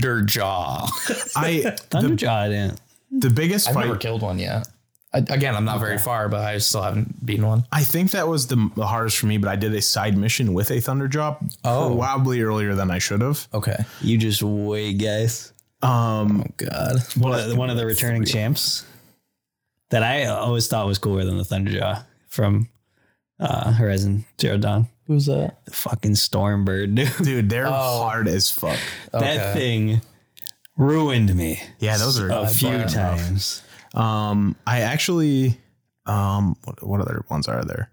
Thunderjaw?" I Thunderjaw didn't. the biggest I've fight. never killed one yet. I, again, I'm not very far, but I still haven't beaten one. I think that was the, the hardest for me, but I did a side mission with a thunder drop Oh. probably earlier than I should have. Okay. You just wait, guys. Um, Oh God. One of, one of the returning champs that I always thought was cooler than the Thunderjaw from uh, Horizon Zero Dawn. Who's that? The fucking Stormbird, dude. dude, they're Oh. hard as fuck. That thing ruined me Yeah, those are a few times. Um, I actually, um, what, what other ones are there?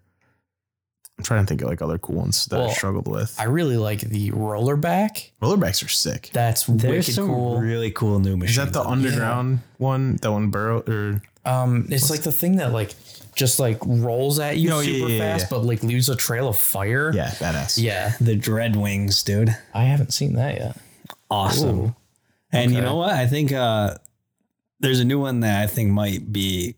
I'm trying to think of like other cool ones that I Well, struggled with. I really like the roller back. Rollerbacks are sick. That's There's wicked some cool. really cool new Is machines. that the underground one? That one burrow or um, it's like the thing that like just like rolls at you No, yeah, super yeah, yeah, fast, yeah. but like leaves a trail of fire. yeah, badass. Yeah. the Dread Wings, dude? I haven't seen that yet. Awesome. Ooh. And you Okay. know what? I think uh, there's a new one that I think might be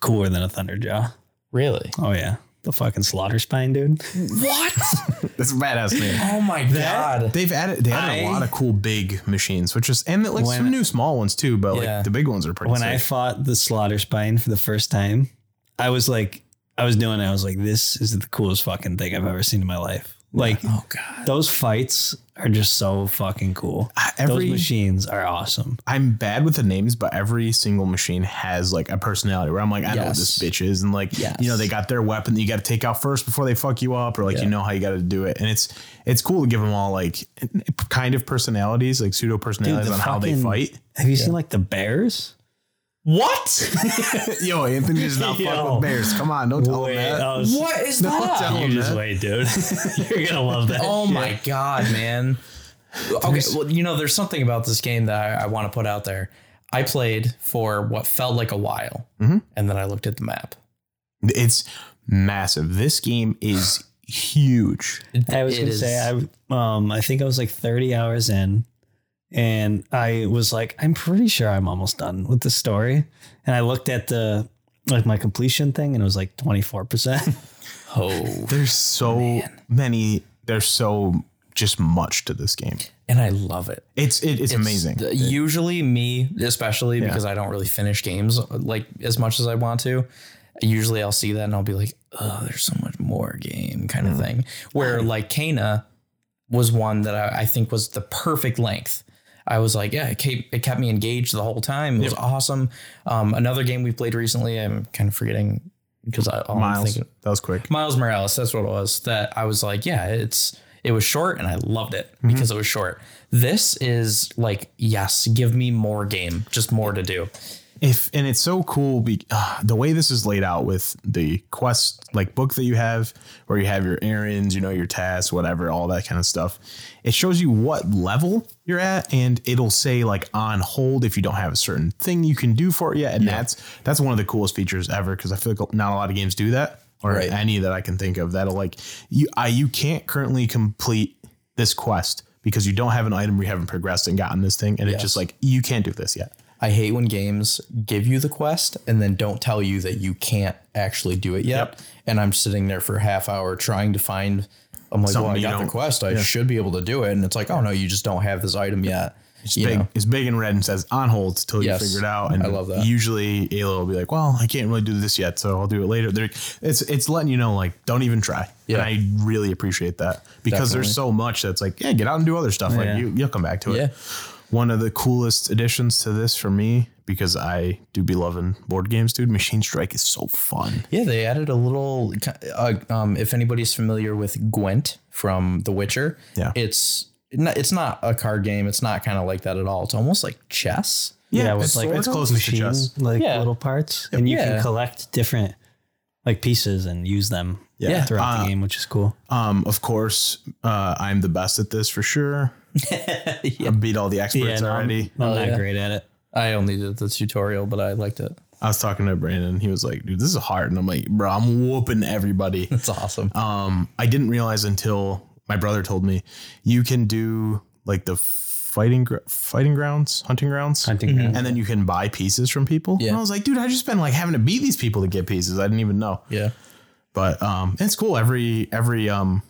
cooler than a Thunderjaw. Really? Oh yeah, the fucking Slaughter Spine, dude. What? that's a badass name. oh my god. They've added they added a I- lot of cool big machines, which is and like When- some new small ones too, but Yeah. like the big ones are pretty. When sick. I fought the Slaughter Spine for the first time, I was like, I was doing it. I was like, this is the coolest fucking thing I've ever seen in my life. Like Oh god. those fights are just so fucking cool. I- those every machines are awesome. I'm bad with the names, but every single machine has like a personality where I'm like, I know what this Yes. bitch is, and like Yes. you know they got their weapon that you got to take out first before they fuck you up, or like you know how you got to do it, and it's it's cool to give them all like kind of personalities, like pseudo personalities the on how they fucking- fight. Have you seen like the bears? What? Yo, Anthony does not fuck Yo. with bears. Come on, don't tell him that. I was- What is No, that? tell You him just that. wait, dude. You're gonna love that. Oh shit. my god, man. Okay, well, you know, there's something about this game that I, I want to put out there. I played for what felt like a while, and then I looked at the map. It's massive. This game is huge. I was It gonna is- say I um I think I was like 30 hours in and I was like, I'm pretty sure I'm almost done with the story. And I looked at the like my completion thing and it was like 24%. oh, There's so many. There's so just much to this game. and I love it. It's it, it's, amazing. The- usually, me especially because I don't really finish games like as much as I want to. Usually, I'll see that and I'll be like, "Oh, there's so much more game," kind Mm. of thing. Where like Kana was one that I, I think was the perfect length. I was like, yeah, it kept, it kept me engaged the whole time. It was awesome. Um, another game we played recently, I'm kind of forgetting because I all I'm Miles, thinking- that was quick. Miles Morales, that's what it was. That I was like, yeah, it's it was short and I loved it because it was short. This is like, yes, give me more game, just more to do. if and it's so cool be, uh, the way this is laid out with the quest like book that you have where you have your errands you know your tasks whatever all that kind of stuff it shows you what level you're at and it'll say like on hold if you don't have a certain thing you can do for it yet and that's that's one of the coolest features ever because i feel like not a lot of games do that or Right. any that i can think of that'll like you I, you can't currently complete this quest because you don't have an item where you haven't progressed and gotten this thing and it's just like you can't do this yet I hate when games give you the quest and then don't tell you that you can't actually do it yet. And I'm sitting there for a half hour trying to find I'm like, Something well, I you got the don't- quest. I should be able to do it. And it's like, oh no, you just don't have this item yet. You big, know? it's big and red and says on hold till Yes. you figure it out. And I love that. Usually Ayla will be like, "Well, I can't really do this yet, so I'll do it later." They're, it's it's letting you know like don't even try. And Yeah. I really appreciate that because there's so much that's like, yeah, get out and do other stuff. Yeah. Like you, you'll come back to it. Yeah. One of the coolest additions to this for me because I do be loving board games, dude. Machine Strike is so fun. Yeah, they added a little. Uh, um, if anybody's familiar with Gwent from The Witcher, Yeah. it's not, it's not a card game. It's not kind of like that at all. It's almost like chess. Yeah, with it's like sort it's of close machine. machine, like Yeah. little parts, and you Yeah. can collect different like pieces and use them Yeah. throughout Uh, the game, which is cool. Um, of course, uh, I'm the best at this for sure. I beat all the experts no, I'm- already. I'm, Oh, not yeah. great at it. I only did the tutorial, but I liked it. I was talking to Brandon. He was like, "Dude, this is hard," and I'm like, "Bro, I'm whooping everybody." That's awesome. Um, I didn't realize until my brother told me you can do like the fighting gr- fighting grounds, hunting grounds, Hunting ground. and then you can buy pieces from people. Yeah. And I was like, dude, I just been like having to beat these people to get pieces. I didn't even know. Yeah. But um, it's cool. Every every um,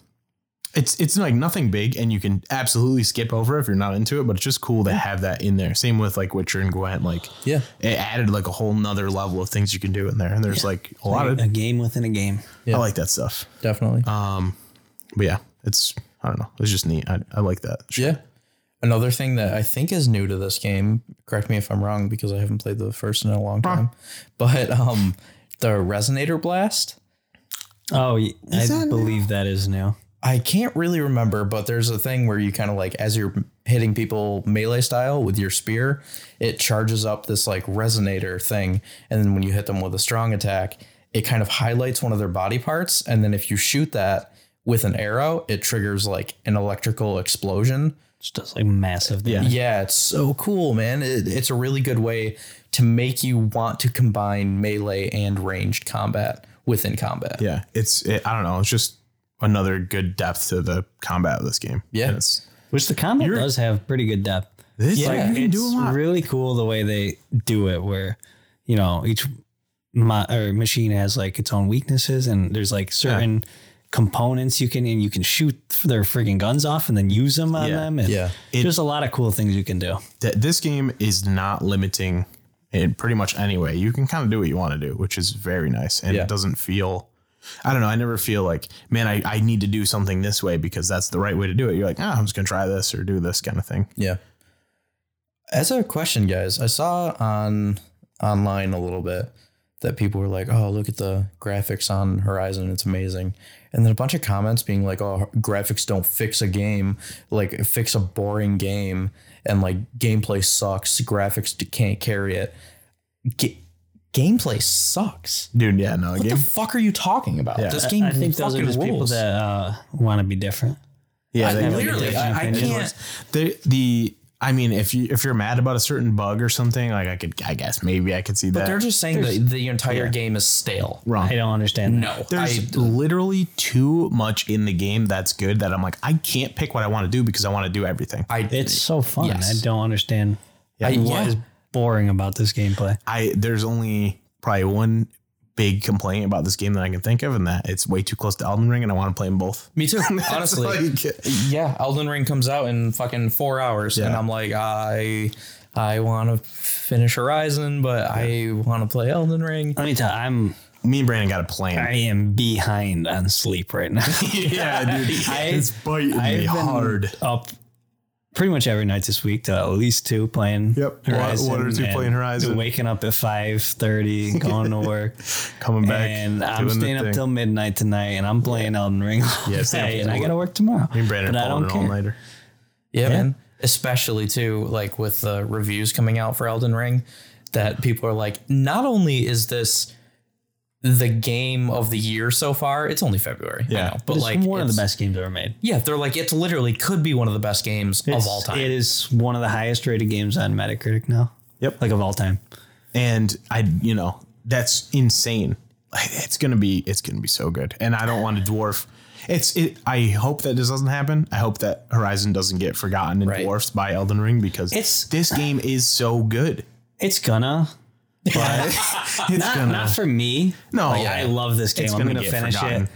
it's it's like nothing big, and you can absolutely skip over if you're not into it. But it's just cool to have that in there. Same with like Witcher and Gwent. Like Yeah. it added like a whole nother level of things you can do in there. And there's like a lot of a game within a game. Yeah. I like that stuff. Definitely. Um, but yeah, it's I don't know. It's just neat. I, I like that. yeah. Another thing that I think is new to this game, correct me if I'm wrong because I haven't played the first in a long time, but um the resonator blast. Oh, y- I Is that new? believe that is new. I can't really remember, but there's a thing where you kind of like as you're hitting people melee style with your spear, it charges up this like resonator thing, and then when you hit them with a strong attack, it kind of highlights one of their body parts, and then if you shoot that with an arrow, it triggers like an electrical explosion. Just does like massive Yeah. damage. Yeah, it's so cool, man. It, it's a really good way to make you want to combine melee and ranged combat within combat. Yeah, it's it, I don't know. It's just another good depth to the combat of this game. Yeah. And it's, Which the combat does have pretty good depth. it's Yeah, like you can do a it's lot. really cool the way they do it, where you know each mo- or machine has like its own weaknesses, and there's like certain components you can and you can shoot their freaking guns off and then use them on Yeah. them. And Yeah. there's a lot of cool things you can do. Th- this game is not limiting in pretty much any way. You can kind of do what you want to do, which is very nice, and Yeah. it doesn't feel. I don't know. I never feel like, man, I, I need to do something this way because that's the right way to do it. You're like, ah, I'm just gonna try this or do this kind of thing. Yeah. As a question, guys, I saw on online a little bit that people were like, "Oh, look at the graphics on Horizon; it's amazing." And then a bunch of comments being like, "Oh, graphics don't fix a game; like fix a boring game, and like gameplay sucks. Graphics d- can't carry it. Ga- gameplay sucks. Dude, yeah, no, What game. the fuck are you talking about? Yeah. This I- game I think those are fucking just people rules. that uh, want to be different. yeah, I- they- literally, I, I opinion. can't. the the I mean, if you if you're mad about a certain bug or something, like I could, I guess maybe I could see But they're that. just saying that the entire game is stale. Wrong. I don't understand. No, I There's literally too much in the game that's good that I'm like, I can't pick what I want to do because I want to do everything. I that. it's so fun. I Yes. don't understand I- what yeah. is boring about this gameplay. I there's only probably one big complaint about this game that I can think of, and that it's way too close to Elden Ring, and I want to play them both. Me too. It's Honestly. like- yeah, Elden Ring comes out in fucking four hours, and Yeah. I'm like, I, I want to finish Horizon, but I want to play Elden Ring. Let me tell you, I'm me and Brandon got a plan. I am behind on sleep right now. yeah, dude, I- it's biting I've me been hard. up pretty much every night this week to at least two playing. Yep, one- one or two and playing Horizon. Waking up at five thirty, going to work, Coming back, and doing I'm the staying up thing. till midnight tonight, and I'm playing Elden Ring. All Yeah, stay up day, till- and I got to work tomorrow. me and Brandon but I pulled don't an care. all nighter. Yeah, man. Especially too, like with the reviews coming out for Elden Ring, that people are like, not only is this the game of the year so far, it's only February. I Yeah. know, but It's like one of it's- the best games ever made Yeah, they're like, it's literally could be one of the best games of all time. It is one of the highest rated games on Metacritic now. Yep. like of all time. and I, you know, that's insane. It's gonna be, it's gonna be so good, and I don't want to dwarf. It's, it. I hope that this doesn't happen. I hope that Horizon doesn't get forgotten and Right. dwarfed by Elden Ring because It's- this game is so good. It's gonna. It's Not, gonna not for me. No. Like, I love this game. It's I'm gonna gonna get finish forgotten. it,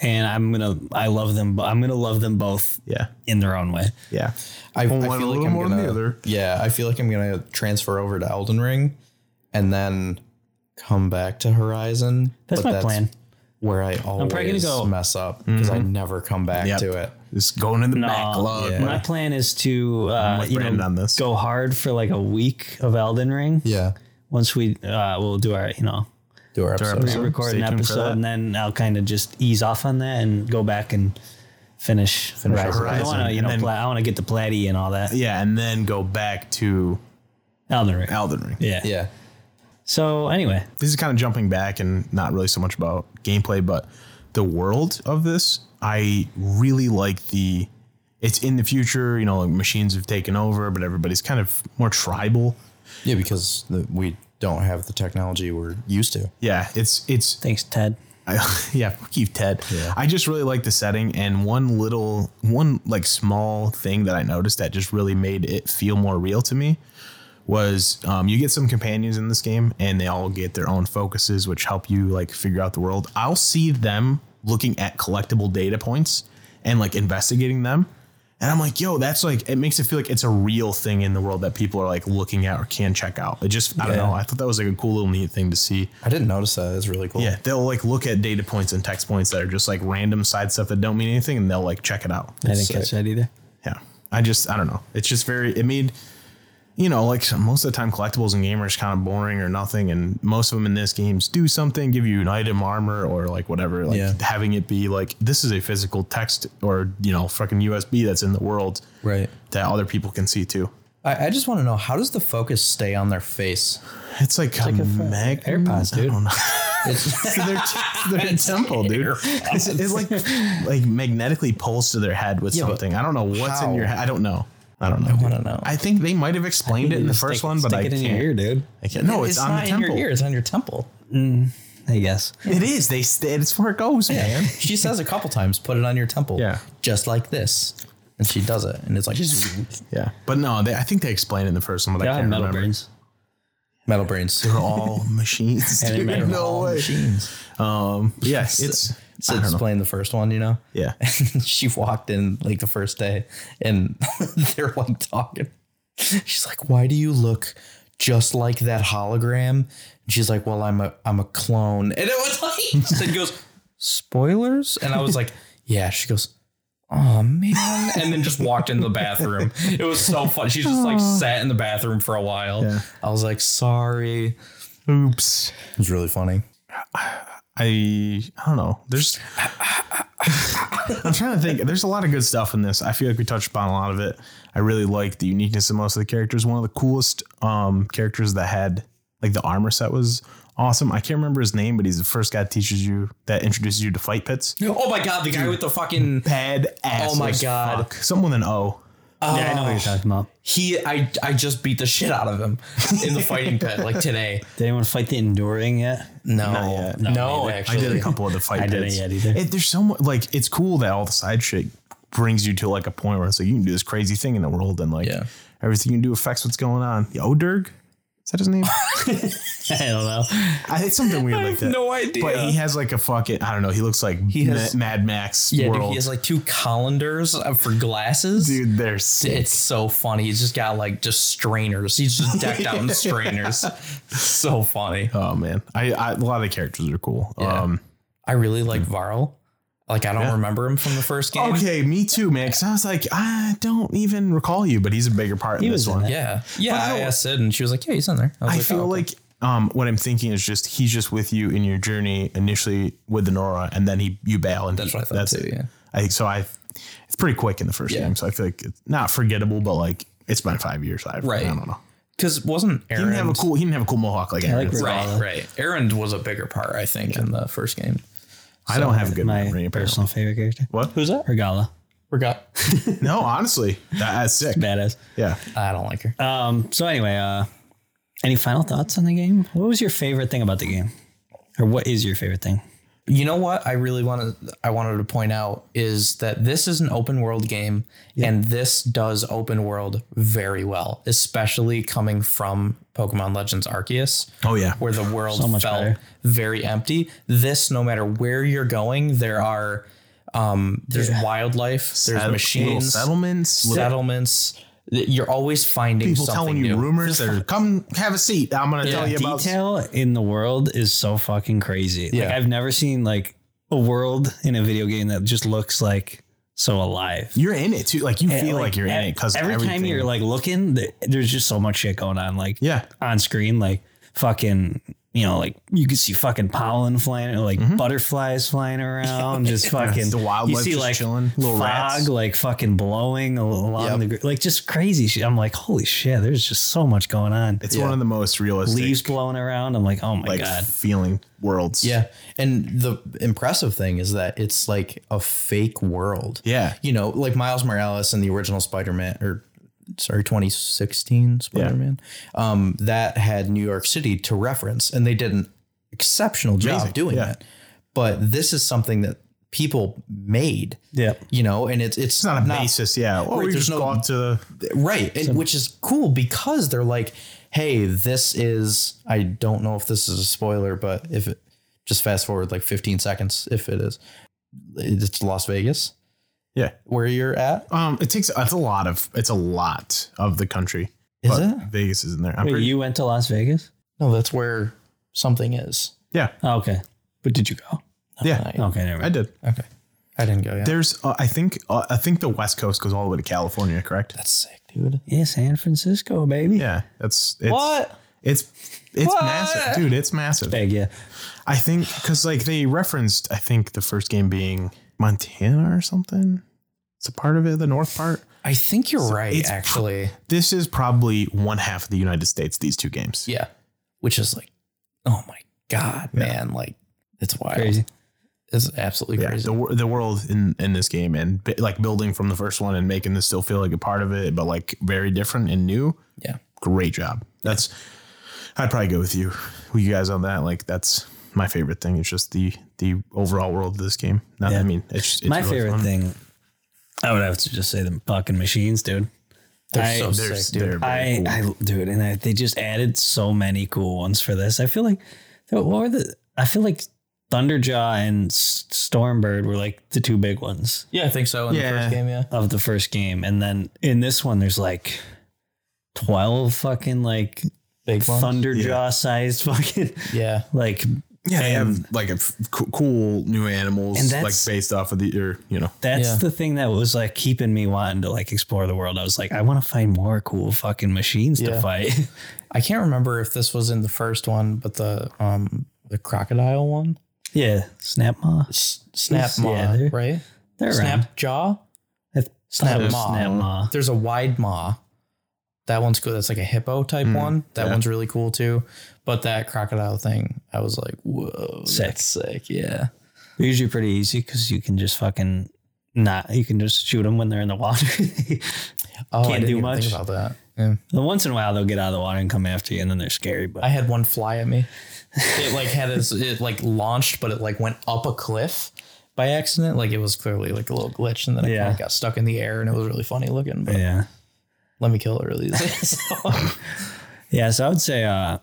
and I'm gonna. I love them. bo- I'm gonna love them both yeah, in their own way. yeah. I, I One feel a like little I'm more gonna, than the other. Yeah, I feel like I'm gonna transfer over to Elden Ring, and then come back to Horizon. That's but my plan. Where I always probably gonna go- mess up because I never come back Mm-hmm. Yep. to it. Just going in the backlog. yeah. man. My plan is to uh, with you Brandon know on this. go hard for like a week of Elden Ring. Yeah, Once we uh, we'll do our you know do our episode. episode. record Stay an tuned for that. episode, and then I'll kind of just ease off on that and go back and finish finish Horizon. I want to you And know then- pla- I want to get the platy and all that. Yeah, and then go back to Elden Ring. Elden Ring. Yeah. Yeah. So anyway, This is kind of jumping back and not really so much about gameplay, but the world of this, I really like the. It's in the future, you know, like machines have taken over, but everybody's kind of more tribal. Yeah, because the, we don't have the technology we're used to. Yeah, it's it's thanks Ted. I, yeah, fuck you, Ted. I just really like the setting and one little, one like small thing that I noticed that just really made it feel more real to me was um, you get some companions in this game and they all get their own focuses, which help you like figure out the world. I'll see them looking at collectible data points and like investigating them. And I'm like, yo, that's like, it makes it feel like it's a real thing in the world that people are like looking at or can check out. It just, I don't Yeah. know. I thought that was like a cool little neat thing to see. I didn't notice that. It's really cool. Yeah, they'll like look at data points and text points that are just like random side stuff that don't mean anything, and they'll like check it out. I didn't sick. catch that either. Yeah, I just I don't know. It's just very it made, you know, like most of the time collectibles in gamers kind of boring or nothing, and most of them in this games do something, give you an item, armor, or like whatever. Like Yeah. having it be like this is a physical text or you know fucking USB that's in the world Right. that other people can see too. I, I just want to know how does the focus stay on their face? It's like a mag- AirPods, dude. I don't know. It's their, their temple, dude. It's, it's like like magnetically pulls to their head with something. I don't know what's in your head. I don't know. I don't know. I dude. want to know. I think they might have explained it in the Just first stick- one, but I stick it can't. in your ear, dude. I can't. No, it's, on the temple. your ear. It's on your temple. I guess. It is. They. st- It's where it goes, man. She says a couple times, put it on your temple. Yeah. Just like this. And she does it. And it's like yeah, but no, they, I think they explained it in the first one, but I God, can't metal remember. brains. metal brains. They're all machines. And they dude. made them No way. Machines. Um. Yes. It's. So I don't know. explain the first one, you know? Yeah. she walked in like the first day and they're like talking. She's like, "Why do you look just like that hologram?" And she's like, "Well, I'm a I'm a clone." And it was like she goes, "Spoilers?" And I was like, "Yeah." She goes, "Oh man." And then just walked into the bathroom. It was so fun. She just like sat in the bathroom for a while. Yeah. I was like, "Sorry." Oops. It was really funny. I I don't know. There's I'm trying to think. There's a lot of good stuff in this. I feel like we touched upon a lot of it. I really like the uniqueness of most of the characters. One of the coolest um characters that had like the armor set was awesome. I can't remember his name, but he's the first guy that teaches you that introduces you to fight pits. Oh my god, the guy with the fucking Bad ass. Oh my as God. fuck. Someone an O. Yeah, I know what Oh. you're talking about. he I I just beat the shit out of him in the fighting pit like today. Did anyone fight the enduring yet? No, yet. no, neither. I actually, did a couple of the fight I didn't pits. yet either. It, there's so much like it's cool that all the side shit brings you to like a point where it's like you can do this crazy thing in the world and like Yeah. everything you do affects what's going on. The Oderg? Is that his name? I don't know. I, it's something weird like that. no idea. But he has like a fucking I don't know. He looks like Ma- has- Mad Max yeah, dude, world. he has like two colanders uh, for glasses. Dude, they're sick. It's so funny. He's just got like just strainers. He's just decked out in strainers. So funny. Oh man, I, I a lot of the characters are cool. Um, I really like Varl. Like I don't remember him from the first game. okay, me too, man. Because I was like, I don't even recall you, but he's a bigger part in this was in one. it. Yeah, yeah. But I I don't- asked Sid, and she was like, "Yeah, he's in there." was I like, feel "Oh, okay." like um, what I'm thinking is just he's just with you in your journey initially with the Nora, and then he you bail, and that's what I thought too, it. yeah. I think so. I it's pretty quick in the first game, so I feel like it's not forgettable, but like it's been five years. I Right. I don't know. because wasn't He didn't have a Aaron cool. He didn't have a cool mohawk like Aaron. like So right? Right. Aaron was a bigger part, I think, in the first game. I don't have a good My memory. Apparently. personal favorite character. What? Who's that? Regala. Forgot. No, honestly, that, that's sick. Badass. Yeah. I don't like her. Um, so anyway, uh, any final thoughts on the game? What was your favorite thing about the game? Or what is your favorite thing? You know what I really wanted I wanted to point out is that this is an open world game and this does open world very well, especially coming from Pokemon Legends Arceus Oh yeah. where the world much felt better. very empty. This no matter where you're going, there are um there's wildlife, there's Settle- little machines, settlements. little settlements. You're always finding people something telling you new. rumors that are come have a seat. I'm gonna tell you about. Detail in the world is so fucking crazy. Like Yeah. I've never seen like a world in a video game that just looks like so alive. You're in it too. Like you And, feel like, you're in ev- it because e- every time you're like looking, th- there's just so much shit going on. Like Yeah. on screen, like fucking you know, like you could see fucking pollen flying, or like butterflies flying around, just fucking Mm-hmm. The wildlife You see just like chilling, little fog, rats. like fucking blowing al- along the the like just crazy shit. I'm like, holy shit, there's just so much going on. It's one of the most realistic Leaves blowing around. I'm like, oh my like god, feeling worlds. Yeah. And the impressive thing is that it's like a fake world. Yeah. You know, like Miles Morales in the original Spider Man or sorry, 2016 Spider Man. Um, that had New York City to reference, and they did an exceptional job Amazing, doing yeah. that. But this is something that people made. Yeah. You know, and it's it's, It's not a basis. Yeah. Well, Right, we there's just no- got to the right and, which is cool because they're like hey this is i don't know if this is a spoiler but if it just fast forward like 15 seconds if it is it's las vegas yeah. where you're at Um, it takes it's a lot of it's a lot of the country. Is But it? Vegas is in there. I'm Wait, pretty, you went to Las Vegas? no that's where something is yeah, Oh, okay, but did you go? yeah. Okay, never I mind. did. okay i didn't go yet There's, uh, I think, uh, I think the West Coast goes all the way to California. Correct? that's sick dude Yeah, San Francisco, baby. Yeah, that's it's, what It's it's massive, dude. It's massive. Big, yeah. I think because like they referenced, I think the first game being Montana or something. It's a part of it, the north part. I think you're right, it's- actually. This is probably one half of the United States. These two games. Yeah. Which is like, oh my God, man. Like, it's wild. Crazy. It's absolutely yeah, crazy. the, wor- the world in, in this game and bi- like building from the first one and making this still feel like a part of it, but like very different and new. Yeah. Great job. That's, I'd probably go with you, with you guys on that. Like that's my favorite thing. It's just the, the overall world of this game. Not, I mean, it's, it's My really favorite fun. thing, I would have to just say the fucking machines, dude. They're so They're- sick dude they're very I, cool. I, dude, and I, they just added so many cool ones for this. I feel like, what were the? I feel like Thunderjaw and S- Stormbird were like the two big ones yeah, I think so. In Yeah. the first game, yeah. of the first game, and then in this one, there's like twelve fucking like big one Thunderjaw sized fucking yeah like. yeah, they and- have like a f- coo- cool new And animals, like that's- based off of the, or, you know, That's Yeah. the thing that was like keeping me wanting to like explore the world. I was like, I want to find more cool fucking machines to Yeah. fight. I can't remember if this was in the first one, but the um the crocodile one, yeah, snap maw. S- snap Yeah, maw, they're- right? They're around. Snap jaw. I th- Snap thought it was maw. Snap maw. There's a wide maw. That one's cool. That's like a hippo type Mm, one. That yeah. one's really cool too. But that crocodile thing, I was like, whoa, Sick. that's sick. Yeah, They're usually pretty easy because you can just fucking not. You can just shoot them when they're in the water. oh, Can't do even much. think about that. Yeah. And Once in a while, they'll get out of the water and come after you, and then they're scary. But I had one fly at me. It like had its, it like launched, but it like went up a cliff by accident. Like it was clearly like a little glitch, and then it Yeah. kind of got stuck in the air, and it was really funny looking. But yeah, let me kill it really easy. So- yeah. So I would say, uh,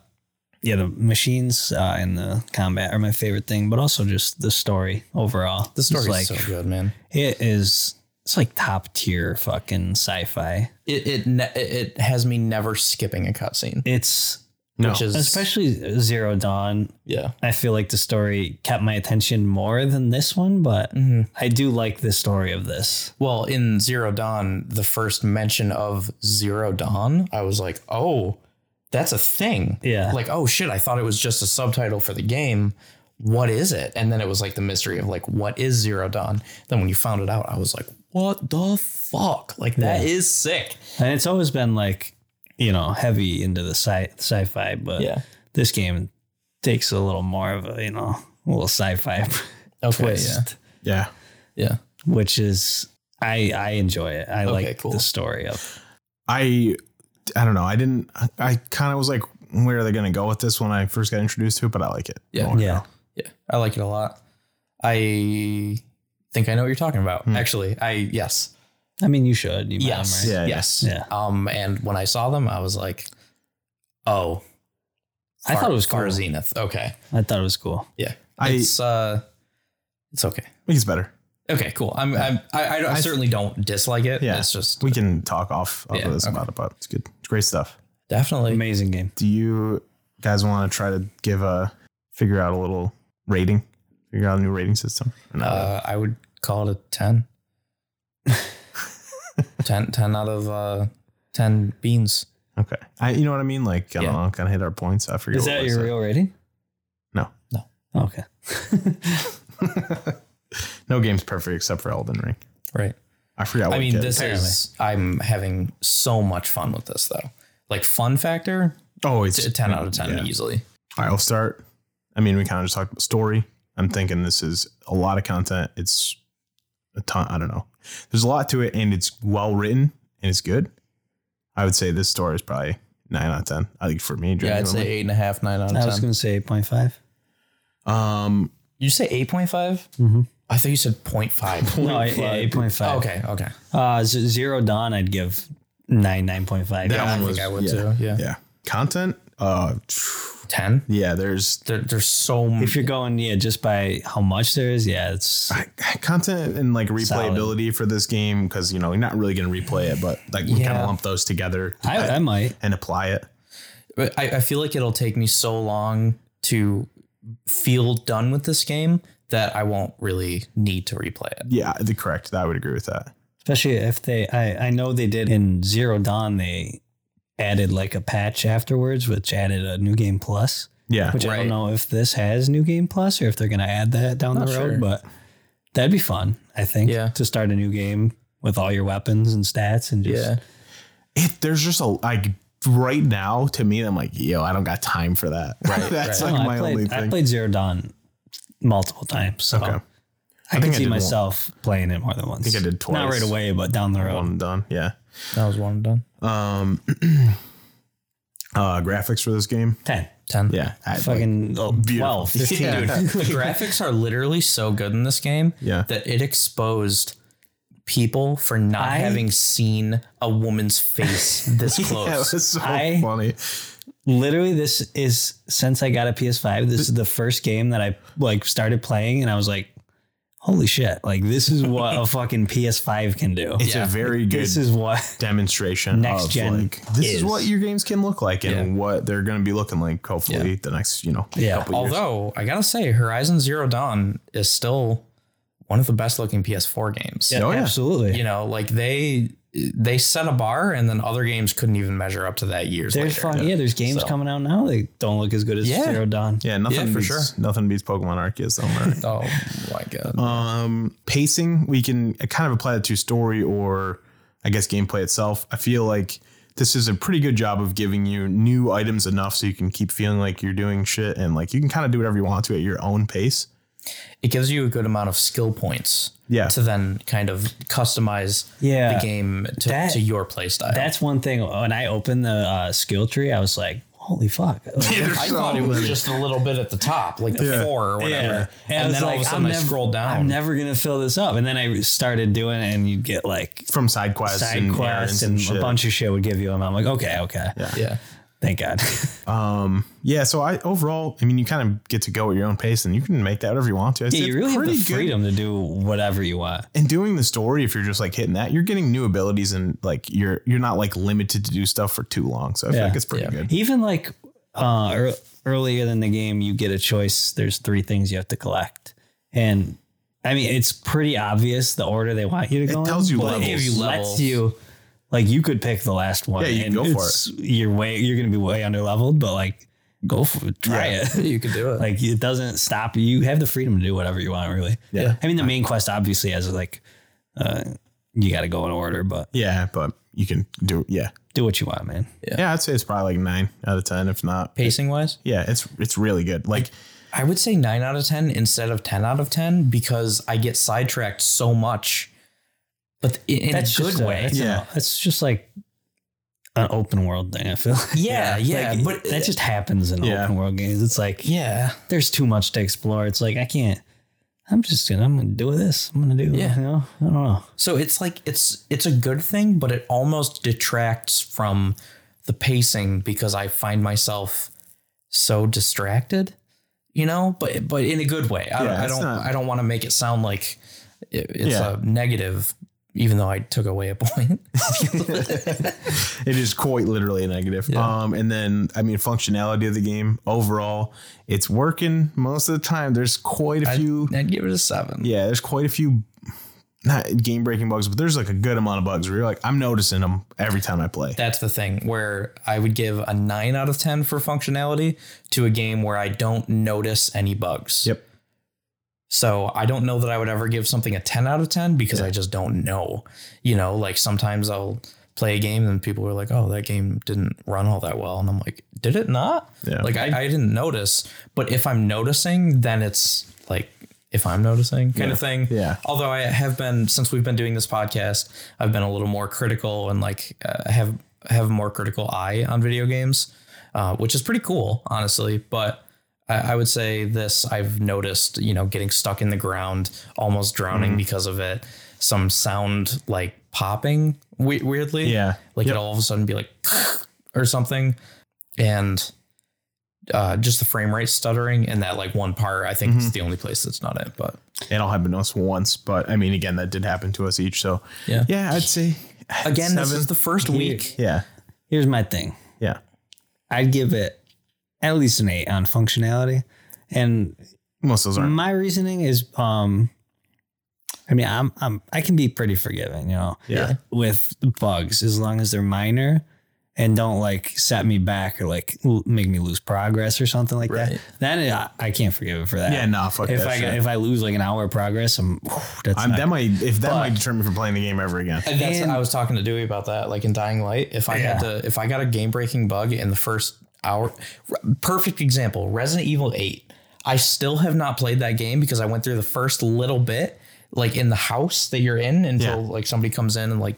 yeah, the machines uh, and the combat are my favorite thing, but also just the story overall. the It's story's like so good, man. it is. It's like top tier fucking sci-fi. It it ne- it it has me never skipping a cutscene, It's no, which is especially Zero Dawn. yeah. I feel like the story kept my attention more than this one, but Mm-hmm. I do like the story of this. Well, in Zero Dawn, the first mention of Zero Dawn, I was like, oh, that's a thing. Yeah. Like, oh shit, I thought it was just a subtitle for the game. What is it? And then it was like the mystery of like, what is Zero Dawn? Then when you found it out, I was like, what the fuck? Like, that is sick. And it's always been like, you know, heavy into the sci- sci-fi, but Yeah. this game takes a little more of a, you know, a little sci-fi Okay. twist, yeah, Yeah. which is I I enjoy it. I like cool. the story of. I I don't know. I didn't. I, I kind of was like, where are they going to go with this when I first got introduced to it? But I like it. Yeah. More Yeah. now. Yeah. I like it a lot. I think I know what you're talking about. Hmm. Actually, I, yes. I mean, you should. You Yes. Might, right? Yeah, yeah. yes. Yeah. Um, and when I saw them, I was like, oh. I thought it was Far cool. Zenith. Okay. I thought it was cool. I think it's uh it's okay. it's better. Okay, cool. I'm, I'm I, I, don't- I certainly don't dislike it. Yeah. It's just We can talk off off Yeah, of this okay. about it, but it's good. It's great stuff. definitely Amazing game. Do you guys want to try to give a figure out a little rating? Figure out a new rating system. Or not? uh I would call it a 10. 10, 10 out of uh 10 beans. okay. I you know what I mean? Like I yeah. don't know. Kind of hit our points. I forget. Is what that was your it. real rating? Okay. No game's perfect except for Elden Ring. Right. I forgot. What I it mean, did. this is. I'm having so much fun with this though. Like fun factor, Oh, t- it's a ten out of ten Yeah. easily. All right, we'll start. I mean, we kind of just talked about story. I'm thinking this is a lot of content. It's a ton. I don't know. There's a lot to it, and it's well written and it's good. I would say this story is probably nine out of ten. I think for me, Yeah, I'd genuinely. say eight and a half, nine out I of was ten. going to say 8.5. Um, You say eight point five? Mhm. I thought you said 0.5. No, I- yeah, 8.5. Oh, okay, okay. Uh, Z- Zero Dawn, I'd give 9, 9.5. That I one think was- I would yeah. too. Yeah, yeah, content. Uh, ten. yeah, there's There, there's so much. If Mm-hmm. you're going, yeah, just by how much there is, yeah, it's I- content and like replayability for this game because you know you're not really gonna replay it, but like we kind Yeah. of lump those together I, I might. and apply it. But I, I feel like it'll take me so long to feel done with this game that I won't really need to replay it. Yeah, the correct. I would agree with that. Especially if they, I, I know they did in Zero Dawn, they added like a patch afterwards, which added a New Game Plus, Yeah, which I Right. don't know if this has New Game Plus or if they're going to add that down Not the road, sure. but that'd be fun, I think, Yeah. to start a new game with all your weapons and stats and just. Yeah. it, there's just a like right now to me i'm like yo i don't got time for that right that's No, like Oh, I, my played, only I thing played Zero Dawn multiple times, so okay I, I can think I see did one- myself playing it more than once. think I did Not twice. right away, but down the road. one and done yeah That was one and done. um uh graphics for this game 10. Ten. yeah I, like, Fucking beautiful. 12, 15. Yeah. Dude, the graphics are literally so good in this game Yeah. that it exposed people for not I- having seen a woman's face this close. yeah, that's so I- funny literally this is since I got a PS5, this is the first game that I like started playing and I was like, holy shit, like this is what a fucking PS5 can do. it's a very good This is what demonstration Next of gen like this is. is. what your games can look like and what they're going to be looking like hopefully the next you know Yeah. couple years. Although I gotta say, Horizon Zero Dawn is still one of the best looking PS4 games. oh yeah absolutely. You know, like they they set a bar, and then other games couldn't even measure up to that years There's later. fun. Yeah, there's games coming out now that don't look as good as Yeah. Zero Dawn. yeah nothing Yeah, for beats, sure. nothing beats pokemon arceus though right? Oh my god. Um, pacing, we can kind of apply that to story or I guess gameplay itself. I feel like this is a pretty good job of giving you new items enough so you can keep feeling like you're doing shit and like you can kind of do whatever you want to at your own pace. it gives you a good amount of skill points Yeah. to then kind of customize Yeah. the game to, That- to your playstyle. That's one thing. When I opened the uh, skill tree, I was like, holy fuck. I thought it was just a little bit at the top, like the Yeah. four or whatever. And, And, I was like, then all of a I'm sudden I never, scroll down. I'm never gonna fill this up. And then I started doing it, and you'd get like From side quests, side and errands quests and, shit. a bunch of shit would give you them. I'm like, okay, okay. yeah. Thank God. Yeah, so I overall, I mean, you kind of get to go at your own pace and you can make that whatever you want to. It's, yeah, it's you really have the pretty good freedom to do whatever you want. and doing the story if you're just like hitting that you're getting new abilities and like you're you're not like limited to do stuff for too long so i feel Yeah. like it's pretty good Even like uh, ear earlier in the game, you get a choice. There's three things you have to collect, and I mean, it's pretty obvious the order they want you to go. tells in, you but levels. It lets Levels. you. Like you could pick the last one. Yeah, you can go for it. You're way. You're gonna be way under leveled, but like, go for it. Try it. You could do it. Like it doesn't stop you. You have the freedom to do whatever you want, really. Yeah. I mean, the main quest obviously has like, uh, you got to go in order, but yeah but you can do yeah do what you want, man. Yeah, I'd say it's probably like nine out of ten, if not. Pacing wise, Yeah, it's it's really good. Like I would say nine out of 10 instead of 10 out of 10 because I get sidetracked so much, but in, in a good just way. that's Yeah. a- that's just like an open world thing. I feel. Like. Yeah, yeah, Like, but- that just happens in Yeah. open world games. It's like yeah. there's too much to explore. It's like I can't. I'm just gonna. I'm gonna do this. I'm gonna do. Yeah. You know. I don't know. So it's like it's it's a good thing, but it almost detracts from the pacing because I find myself so distracted, you know. But but in a good way. I, Yeah, I it's don't not- I don't want to make it sound like it- it's Yeah. a negative, even though I took away a point. it is quite literally negative. Um, and then I mean functionality of the game overall, it's working most of the time. There's quite a few. I'd give it a seven. yeah, there's quite a few. not game breaking bugs, but there's like a good amount of bugs where you're like, I'm noticing them every time I play. That's the thing where I would give a nine out of ten for functionality to a game where I don't notice any bugs. Yep. So I don't know that I would ever give something a 10 out of 10 because I just don't know. You know, like sometimes I'll play a game and people are like, oh, that game didn't run all that well. And I'm like, did it not? Yeah. Like I, I didn't notice. But if I'm noticing, then it's like, if I'm noticing kind of thing. Yeah. Although I have been, since we've been doing this podcast, I've been a little more critical and like uh, have, have a more critical eye on video games, uh, which is pretty cool, honestly. But I, I would say this I've noticed, you know, getting stuck in the ground, almost drowning Mm-hmm. because of it, some sound like popping we- weirdly. Yeah. Like Yep. it'll all of a sudden be like or something. And uh, just the frame rate stuttering and that like one part, I think Mm-hmm. is the only place that's not it. But It all happened to us once, but I mean, again, that did happen to us each. So Yeah. yeah, I'd say again, this seven. is the first week. yeah, Here's my thing. yeah. I'd give it at least an eight on functionality. And Most of those aren't. my reasoning is um I mean I'm I'm I can be pretty forgiving, you know. Yeah. With bugs as long as they're minor and don't like set me back or like l- make me lose progress or something like that. Right. Then I, I can't forgive it for that. Yeah, nah, fuck if that I shit. if I lose like an hour of progress, I'm whew, that's I'm, not- that might if that But- might deter me from playing the game ever again. And that's And- I was talking to Dewey about that. Like in Dying Light, if I had to, if I got a game breaking bug in the first hour, Re- perfect example, Resident Evil Eight. I still have not played that game because I went through the first little bit, like in the house that you're in, until Yeah. like somebody comes in and like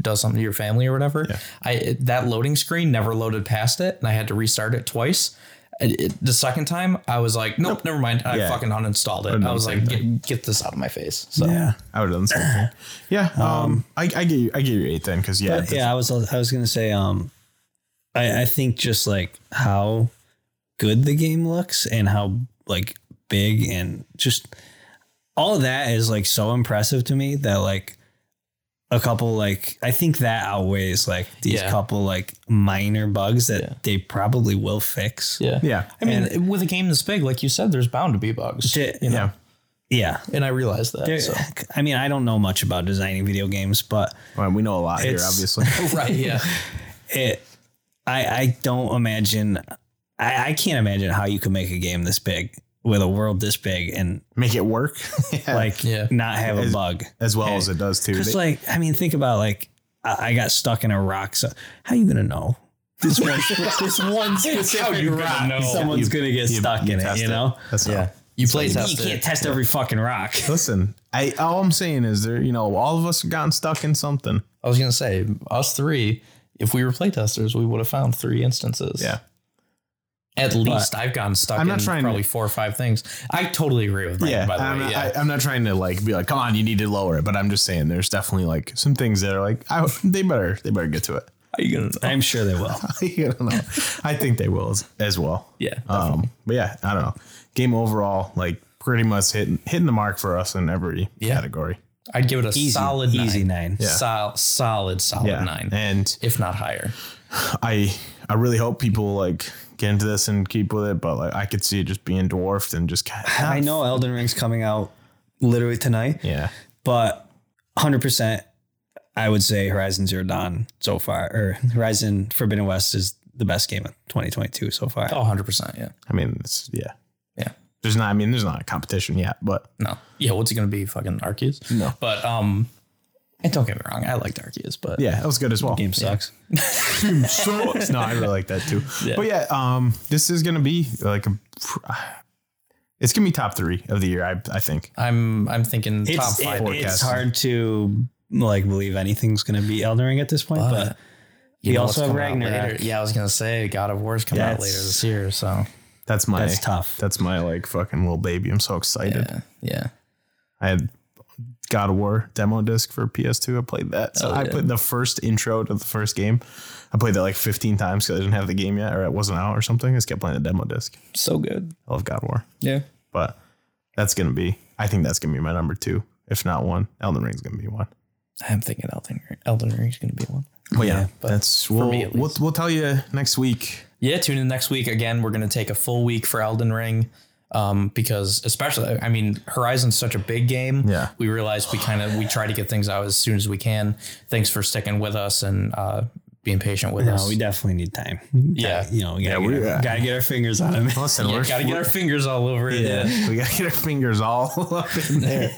does something to your family or whatever. I that loading screen never loaded past it, and I had to restart it twice. It- it- the second time, I was like, nope, never mind. I Yeah. fucking uninstalled it. I was like, get, get this out of my face. So yeah. I would have done the same thing. Yeah, um, I, I get you. I get your eight then because yeah, But, yeah, I was I was gonna say, um, I I think just like how good the game looks and how like big and just all of that is like so impressive to me that like a couple like I think that outweighs like these Yeah. couple like minor bugs that Yeah. they probably will fix. yeah. yeah, I mean, with a game this big, like you said, there's bound to be bugs. Shit. you know? yeah. Yeah. And I realize that. There- so. I mean, I don't know much about designing video games, but Well, we know a lot here, It's- obviously. right. Yeah. it I I don't imagine I, I can't imagine how you could make a game this big with a world this big and Make it work like Yeah. not have a As- bug. as well as it does too. Because They- like I mean think about like I, I got stuck in a rock so how you gonna know? This one this one specific you gonna rock know? someone's You- gonna get you- stuck you in it, test you it. know? That's yeah. You play You test can't it. test every fucking rock. Listen, I all I'm saying is there. You know, all of us have gotten stuck in something. I was gonna say us three. If we were playtesters, we would have found three instances. Yeah. At least I've gotten stuck I'm not in trying to- probably four or five things. I totally agree with Brandon, Yeah, by the I'm, way. not, yeah. I, am not trying to like be like, come on, you need to lower it. But I'm just saying, there's definitely like some things that are like, I, they better, they better get to it. How you gonna know? I'm sure they will. you don't know. I think they will as, as well. Yeah, Um. But yeah, I don't know. Game overall, like pretty much hitting hitting the mark for us in every Yeah. category. I'd give it a Easy, solid easy nine. nine. Yeah. Sol- solid, solid Yeah. nine. And if not higher. I I really hope people like get into this and keep with it. But like, I could see it just being dwarfed and just. I know Elden Ring's coming out literally tonight. Yeah. but 100% i would say horizon zero dawn so far or horizon forbidden west is the best game of 2022 so far Oh, 100%. Yeah. I mean, it's yeah. Yeah. There's not. I mean, there's not a competition yet, but No. Yeah. What's it going to be? Fucking Arceus? No. But, um, and don't get me wrong. I liked Arceus, but yeah, that was good as well. game sucks no, I really like that too. But yeah, um, this is gonna be like a, it's gonna be top three of the year. I I think. I'm, I'm thinking top it's, five. it- forecast. it's hard to like believe anything's going to be elden ring at this point But- but You We know also what's have coming out Ragnarok. later. Yeah, I was gonna say God of War's coming out That's- later this year. So That's my that's tough. That's my like fucking little baby. I'm so excited. yeah, yeah. I had God of War demo disc for PS2. I played that. So I yeah. played the first intro to the first game. I played that like 15 times because I didn't have the game yet or it wasn't out or something. I just kept playing the demo disc. so good. I love God of War. Yeah, But that's gonna be I think that's gonna be my number two, if not one. Elden Ring's gonna be one. I'm thinking Elden Ring. Elden Ring's gonna be one. Well, yeah, Yeah, that's we'll, me at we'll we'll tell you next week. Yeah, tune in next week again. We're gonna take a full week for Elden Ring. Um, because especially, I mean, Horizon's such a big game. Yeah. we realized we kind of we try to get things out as soon as we can. Thanks for sticking with us and uh, being patient with No, us. we definitely need time. Yeah. you know, we gotta, Yeah, get, we- our, gotta get our fingers on it. Listen, yeah, we're gotta get our fingers all over it. yeah, we gotta get our fingers all up in there.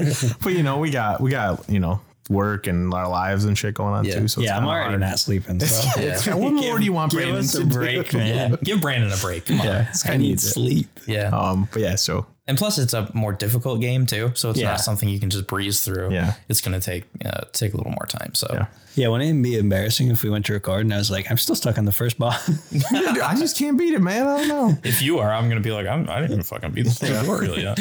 but you know, we got we got you know work and our lives and shit going on Yeah. too. So it's Yeah, I'm kinda already hard. not sleeping. So. It's kinda- what more do you want, Give Brandon? us to a do? break, man. Give Brandon a break. Come on. Yeah, it's kinda needs it. sleep. Yeah. Um, but yeah, so And plus, it's a more difficult game too, so it's Yeah. not something you can just breeze through. Yeah. it's gonna take uh, take a little more time. So Yeah. Yeah, wouldn't it be embarrassing if we went to record and I was like, I'm still stuck on the first ball. Dude, I just can't beat it, man. I don't know. if you are, I'm gonna be like, I'm, I didn't even fucking beat this thing really. Yeah.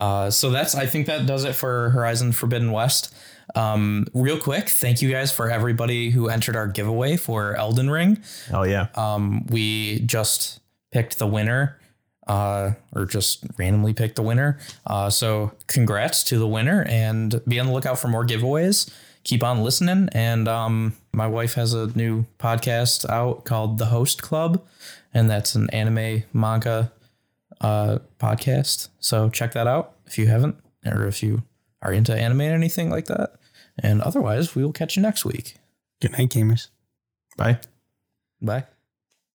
Uh, so that's I think that does it for Horizon Forbidden West. Um, real quick, thank you guys for everybody who entered our giveaway for Elden Ring. Oh yeah, Um, we just picked the winner, uh, or just randomly picked the winner. Uh, so congrats to the winner, and be on the lookout for more giveaways. Keep on listening, and um, my wife has a new podcast out called The Host Club, and that's an anime manga uh, podcast. So check that out if you haven't, or if you are into anime or anything like that. And otherwise, we will catch you next week. Good night, gamers. bye. Bye.